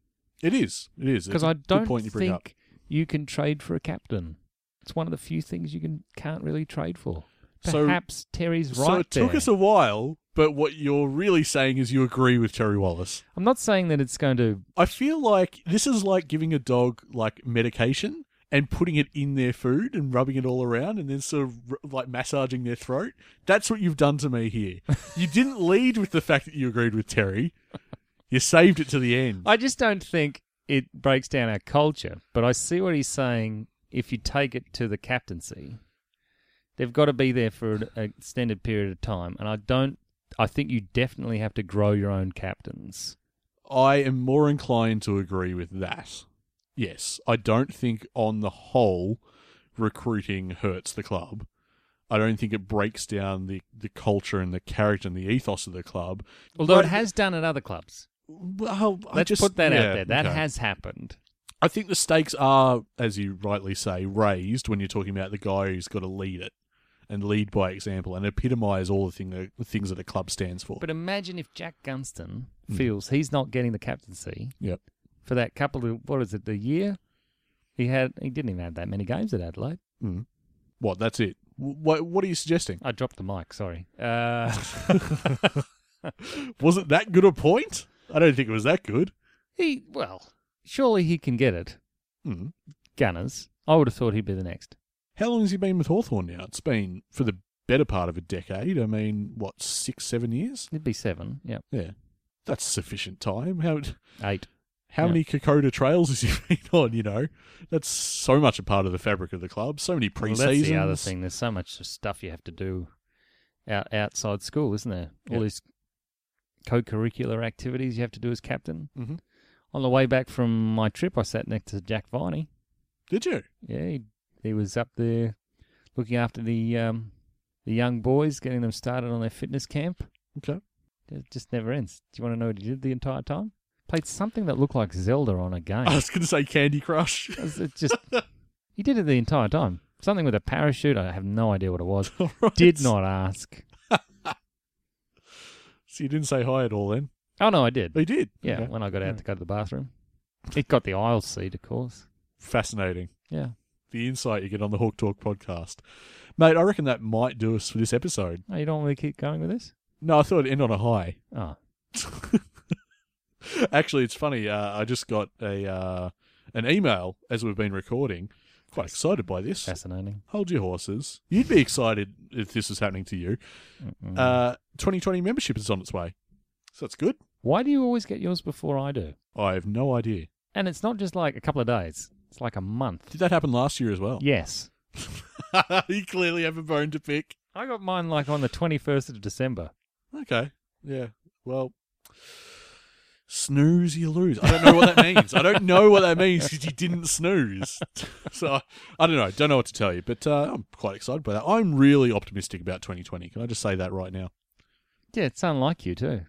Speaker 3: It is. It is.
Speaker 4: because
Speaker 3: It's a
Speaker 4: I
Speaker 3: good
Speaker 4: don't
Speaker 3: point you bring
Speaker 4: think
Speaker 3: up.
Speaker 4: you can trade for a captain. It's one of the few things you can can't really trade for.
Speaker 3: So-
Speaker 4: Perhaps Terry's right
Speaker 3: so it took
Speaker 4: there.
Speaker 3: us a while, but what you're really saying is you agree with Terry Wallace.
Speaker 4: I'm not saying that it's going to.
Speaker 3: I feel like this is like giving a dog like medication and putting it in their food and rubbing it all around and then sort of r- like massaging their throat. That's what you've done to me here. you didn't lead with the fact that you agreed with Terry. You saved it to the end.
Speaker 4: I just don't think it breaks down our culture. But I see what he's saying. If you take it to the captaincy, they've got to be there for an extended period of time, and I don't. I think you definitely have to grow your own captains.
Speaker 3: I am more inclined to agree with that. Yes, I don't think on the whole recruiting hurts the club. I don't think it breaks down the, the culture and the character and the ethos of the club.
Speaker 4: Although
Speaker 3: But-
Speaker 4: it has done at other clubs.
Speaker 3: Well, I
Speaker 4: Let's
Speaker 3: just-
Speaker 4: put that
Speaker 3: yeah,
Speaker 4: out there. That
Speaker 3: okay.
Speaker 4: has happened.
Speaker 3: I think the stakes are, as you rightly say, raised when you're talking about the guy who's got to lead it and lead by example and epitomise all the, thing the things that a club stands for.
Speaker 4: But uh, imagine if Jack Gunston
Speaker 3: Hmm.
Speaker 4: feels he's not getting the captaincy
Speaker 3: yep.
Speaker 4: for that couple of what is it the year he had he didn't even have that many games at Adelaide.
Speaker 3: What? That's it. What? What are you suggesting?
Speaker 4: I dropped the mic. Sorry. Uh,
Speaker 3: Was it that good a point? I don't think it was that good.
Speaker 4: he well, surely he can get it.
Speaker 3: Hmm.
Speaker 4: Gunners. I would have thought he'd be the next.
Speaker 3: How long has he been with Hawthorn now? It's been for the better part of a decade. I mean, what six, seven years?
Speaker 4: It'd be seven. Yeah,
Speaker 3: Yeah, that's sufficient time. How?
Speaker 4: eight.
Speaker 3: How
Speaker 4: Yeah.
Speaker 3: many Kokoda trails has he been on? You know, that's so much a part of the fabric of the club. So many
Speaker 4: Well,
Speaker 3: pre-seasons.
Speaker 4: that's the other thing. There's so much stuff you have to do out, outside school, isn't there? All
Speaker 3: Yeah.
Speaker 4: these co-curricular activities you have to do as captain.
Speaker 3: Mhm.
Speaker 4: On the way back from my trip, I sat next to Jack Viney.
Speaker 3: Did you?
Speaker 4: Yeah, he, he was up there looking after the um, the young boys, getting them started on their fitness camp. Oh,
Speaker 3: Okay.
Speaker 4: It just never ends. Do you want to know what he did the entire time? Played something that looked like Zelda on a game.
Speaker 3: I was going to say Candy Crush.
Speaker 4: It was- it just he did it the entire time. Something with a parachute. I have no idea what it was.
Speaker 3: All right.
Speaker 4: Did not ask.
Speaker 3: So you didn't say hi at all then?
Speaker 4: Oh no, I did.
Speaker 3: They did.
Speaker 4: Yeah,
Speaker 3: Okay.
Speaker 4: when I got out to go to the bathroom, it got the aisle seat, of course.
Speaker 3: Fascinating.
Speaker 4: Yeah,
Speaker 3: The insight you get on the Hawk Talk podcast. Mate, I reckon that might do us for this episode.
Speaker 4: no, Oh, you don't want me to keep going with this.
Speaker 3: No, I thought it'd end on a high.
Speaker 4: Oh,
Speaker 3: Actually, it's funny. Uh, I just got a uh, an email as we've been recording. Quite excited by this.
Speaker 4: fascinating.
Speaker 3: Hold your horses. You'd be excited if this was happening to you.
Speaker 4: Mm-mm.
Speaker 3: Uh, 2020 membership is on its way. So that's good.
Speaker 4: Why do you always get yours before I do?
Speaker 3: I have no idea.
Speaker 4: And it's not just like a couple of days; it's like a month.
Speaker 3: Did that happen last year as well?
Speaker 4: Yes,
Speaker 3: you clearly have a bone to pick.
Speaker 4: I got mine like on the twenty-first of December.
Speaker 3: Okay. Yeah. Well, snooze, you lose. I don't know what that means. I don't know what that means because you didn't snooze. So I, I don't know. Don't know what to tell you, but uh, I'm quite excited by that. I'm really optimistic about 2020. Can I just say that right now?
Speaker 4: Yeah, it's unlike you too.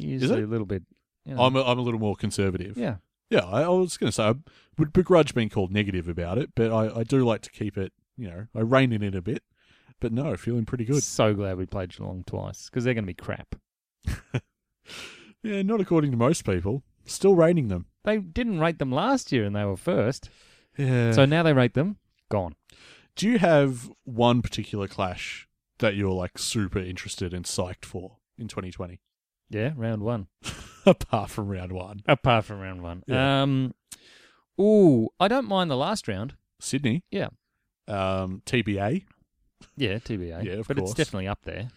Speaker 4: You're
Speaker 3: Is
Speaker 4: Usually
Speaker 3: it?
Speaker 4: a little bit. You know,
Speaker 3: I'm a, I'm a little more conservative.
Speaker 4: yeah,
Speaker 3: Yeah, I, I was going to say I would begrudge being called negative about it, but I, I do like to keep it. You know, I rein it in a bit. But no, feeling pretty good.
Speaker 4: So glad we played Geelong twice because they're going to be crap.
Speaker 3: Yeah, not according to most people. Still rating them.
Speaker 4: They didn't rate them last year and they were first.
Speaker 3: Yeah.
Speaker 4: So now they rate them. Gone.
Speaker 3: Do you have one particular clash that you're like super interested and psyched for in 2020,
Speaker 4: Yeah, round one.
Speaker 3: apart from round one?
Speaker 4: Apart from round one.
Speaker 3: Yeah.
Speaker 4: Um Ooh, I don't mind the last round.
Speaker 3: Sydney.
Speaker 4: Yeah.
Speaker 3: Um, TBA.
Speaker 4: Yeah, TBA.
Speaker 3: Yeah, of
Speaker 4: but
Speaker 3: course.
Speaker 4: it's definitely up there.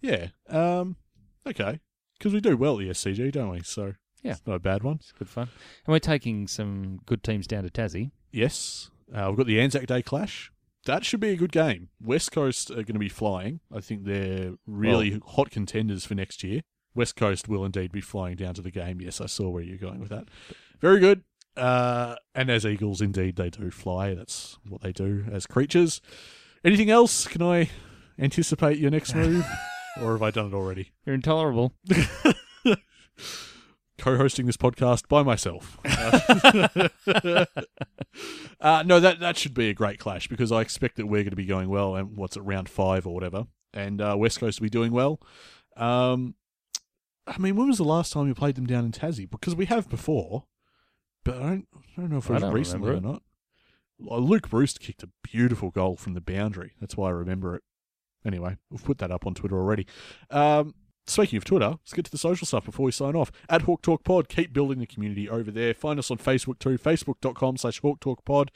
Speaker 3: Yeah. Um, okay. Because we do well at E the SCG, don't we? So
Speaker 4: Yeah.
Speaker 3: it's not a bad one.
Speaker 4: It's good fun. And we're taking some good teams down to Tassie.
Speaker 3: Yes. Uh, we've got the Anzac Day clash. That should be a good game. West Coast are going to be flying. I think they're really hot contenders for next year. West Coast will indeed be flying down to the game. Yes, I saw where you're going with that. Very good. Uh, and as eagles, indeed, they do fly. That's what they do as creatures. Anything else? Can I anticipate your next move? or have I done it already?
Speaker 4: You're intolerable.
Speaker 3: co-hosting this podcast by myself. uh, no, that that should be a great clash because I expect that we're going to be going well, and what's it round five or whatever, and uh, West Coast will be doing well. Um, I mean, when was the last time we played them down in Tassie? Because we have before, but I don't, I don't know if it
Speaker 4: I
Speaker 3: was
Speaker 4: don't
Speaker 3: recently or
Speaker 4: remember
Speaker 3: not. Well, Luke Bruce kicked a beautiful goal from the boundary. That's why I remember it. Anyway, we've put that up on Twitter already. Um, Speaking of Twitter, let's get to the social stuff before we sign off. At Hawk Talk Pod, keep building the community over there. Find us on Facebook too, facebook.com slash Hawk Talk Pod.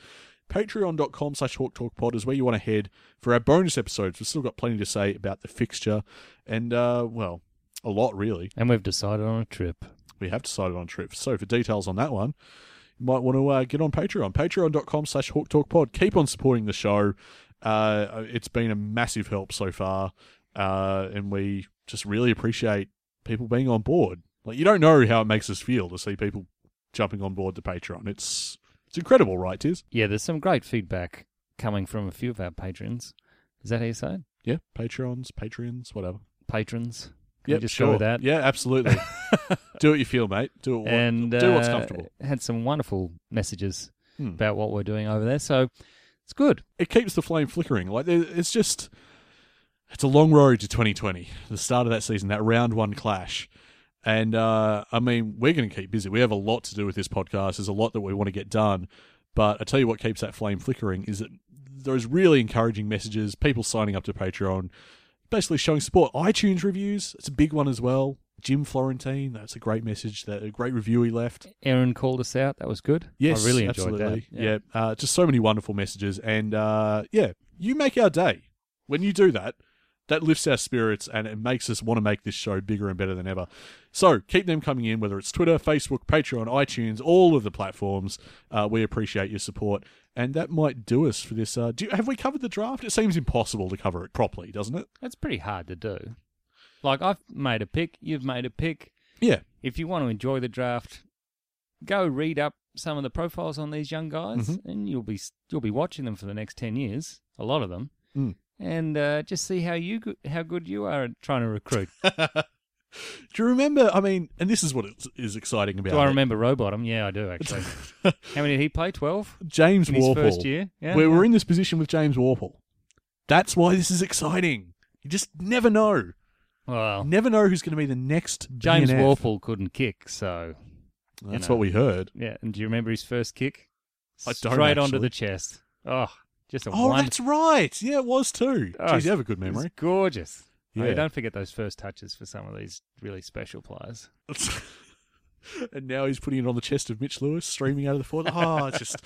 Speaker 3: Patreon.com slash Hawk Talk Pod is where you want to head for our bonus episodes. We've still got plenty to say about the fixture and, uh, well, a lot really.
Speaker 4: And we've decided on a trip.
Speaker 3: We have decided on trips. So for details on that one, you might want to uh, get on Patreon. Patreon.com slash Hawk Talk Pod. Keep on supporting the show. Uh, it's been a massive help so far. Uh, and we just really appreciate people being on board. Like you don't know how it makes us feel to see people jumping on board the Patreon. It's it's incredible, right, Tiz?
Speaker 4: Yeah, there's some great feedback coming from a few of our patrons. Is that how you say it?
Speaker 3: Yeah, Patreons, Patreons, whatever.
Speaker 4: Patrons. Can we
Speaker 3: Yeah,
Speaker 4: just
Speaker 3: sure.
Speaker 4: go with that?
Speaker 3: Yeah, absolutely. do what you feel, mate. Do it. What,
Speaker 4: and
Speaker 3: do what's
Speaker 4: uh,
Speaker 3: comfortable.
Speaker 4: Had some wonderful messages
Speaker 3: Hmm.
Speaker 4: about what we're doing over there, so it's good.
Speaker 3: it keeps the flame flickering. Like there- it's just, it's a long road to 2020, the start of that season, that round one clash. And uh, I mean, we're going to keep busy. We have a lot to do with this podcast. There's a lot that we want to get done. But I tell you what keeps that flame flickering is that those really encouraging messages, people signing up to Patreon, basically showing support. iTunes reviews, it's a big one as well. Jim Florentine, that's a great message, that a great review he left.
Speaker 4: Aaron called us out. That was good.
Speaker 3: Yes,
Speaker 4: I really enjoyed
Speaker 3: absolutely.
Speaker 4: that.
Speaker 3: Yeah, Uh, just so many wonderful messages, and uh, yeah, you make our day when you do that. That lifts our spirits and it makes us want to make this show bigger and better than ever. So keep them coming in, whether it's Twitter, Facebook, Patreon, iTunes, all of the platforms. Uh, we appreciate your support. And that might do us for this. Uh, do you, have we covered the draft? It seems impossible to cover it properly, doesn't it?
Speaker 4: That's pretty hard to do. Like I've made a pick, you've made a pick.
Speaker 3: Yeah.
Speaker 4: If you want to enjoy the draft, go read up some of the profiles on these young guys,
Speaker 3: Mm-hmm.
Speaker 4: and you'll be you'll be watching them for the next ten years. A lot of them,
Speaker 3: Mm.
Speaker 4: and uh, just see how you go- how good you are at trying to recruit.
Speaker 3: Do you remember? I mean, and this is what is- is exciting about
Speaker 4: do I
Speaker 3: it.
Speaker 4: remember Rowbottom? Yeah, I do actually. how many did he play? Twelve
Speaker 3: James
Speaker 4: in his
Speaker 3: Warple.
Speaker 4: first year. Yeah,
Speaker 3: we
Speaker 4: yeah.
Speaker 3: were in this position with James Warple. That's why this is exciting. You just never know.
Speaker 4: well,
Speaker 3: Never know who's going to be the next
Speaker 4: James
Speaker 3: BNF.
Speaker 4: Warple couldn't kick, so
Speaker 3: That's
Speaker 4: know.
Speaker 3: what we heard.
Speaker 4: yeah. And do you remember his first kick?
Speaker 3: I don't,
Speaker 4: Straight onto
Speaker 3: actually.
Speaker 4: the chest. Oh, just a
Speaker 3: Oh,
Speaker 4: wonder-
Speaker 3: that's right. Yeah, it was too.
Speaker 4: Oh,
Speaker 3: Geez, you have a good
Speaker 4: It was
Speaker 3: memory.
Speaker 4: gorgeous. Yeah.
Speaker 3: Yeah.
Speaker 4: don't forget those first touches for some of these really special players.
Speaker 3: and now he's putting it on the chest of Mitch Lewis, streaming out of the fourth. Oh, it's just,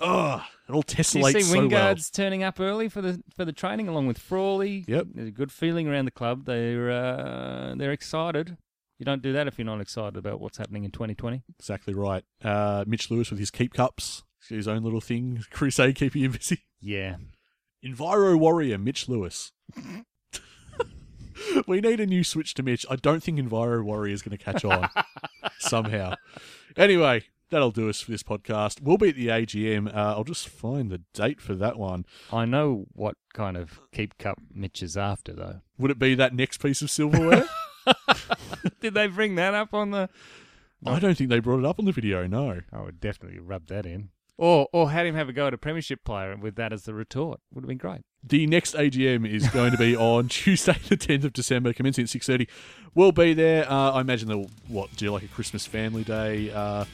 Speaker 3: oh, it all
Speaker 4: Do you
Speaker 3: tessellates
Speaker 4: see
Speaker 3: so well.
Speaker 4: Wingard's turning up early for the for the training along with Frawley.
Speaker 3: Yep.
Speaker 4: There's a good feeling around the club. They're uh, they're excited. You don't do that if you're not excited about what's happening in 2020.
Speaker 3: Exactly right. Uh, Mitch Lewis with his keep cups, his own little thing. Crusade keeping him busy.
Speaker 4: Yeah.
Speaker 3: Enviro warrior Mitch Lewis. we need a new switch to Mitch. I don't think Enviro warrior is going to catch on somehow. Anyway, that'll do us for this podcast. We'll be at the AGM. Uh, I'll just find the date for that one.
Speaker 4: I know what kind of keep cup Mitch is after though.
Speaker 3: Would it be that next piece of silverware?
Speaker 4: Did they bring that up on the?
Speaker 3: I don't think they brought it up on the video. No.
Speaker 4: I would definitely rub that in. Or or had him have a go at a premiership player with that as the retort. Would have been great.
Speaker 3: The next AGM is going to be on Tuesday, the tenth of December, commencing at six thirty. We'll be there. Uh, I imagine they'll what do like a Christmas family day. Uh,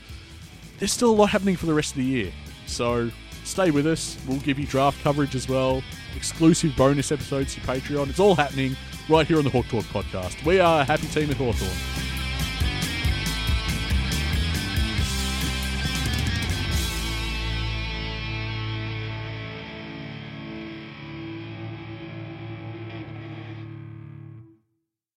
Speaker 3: there's still a lot happening for the rest of the year, so stay with us. We'll give you draft coverage as well, exclusive bonus episodes to Patreon. It's all happening right here on the Hawk Talk podcast. We are a happy team at Hawthorn.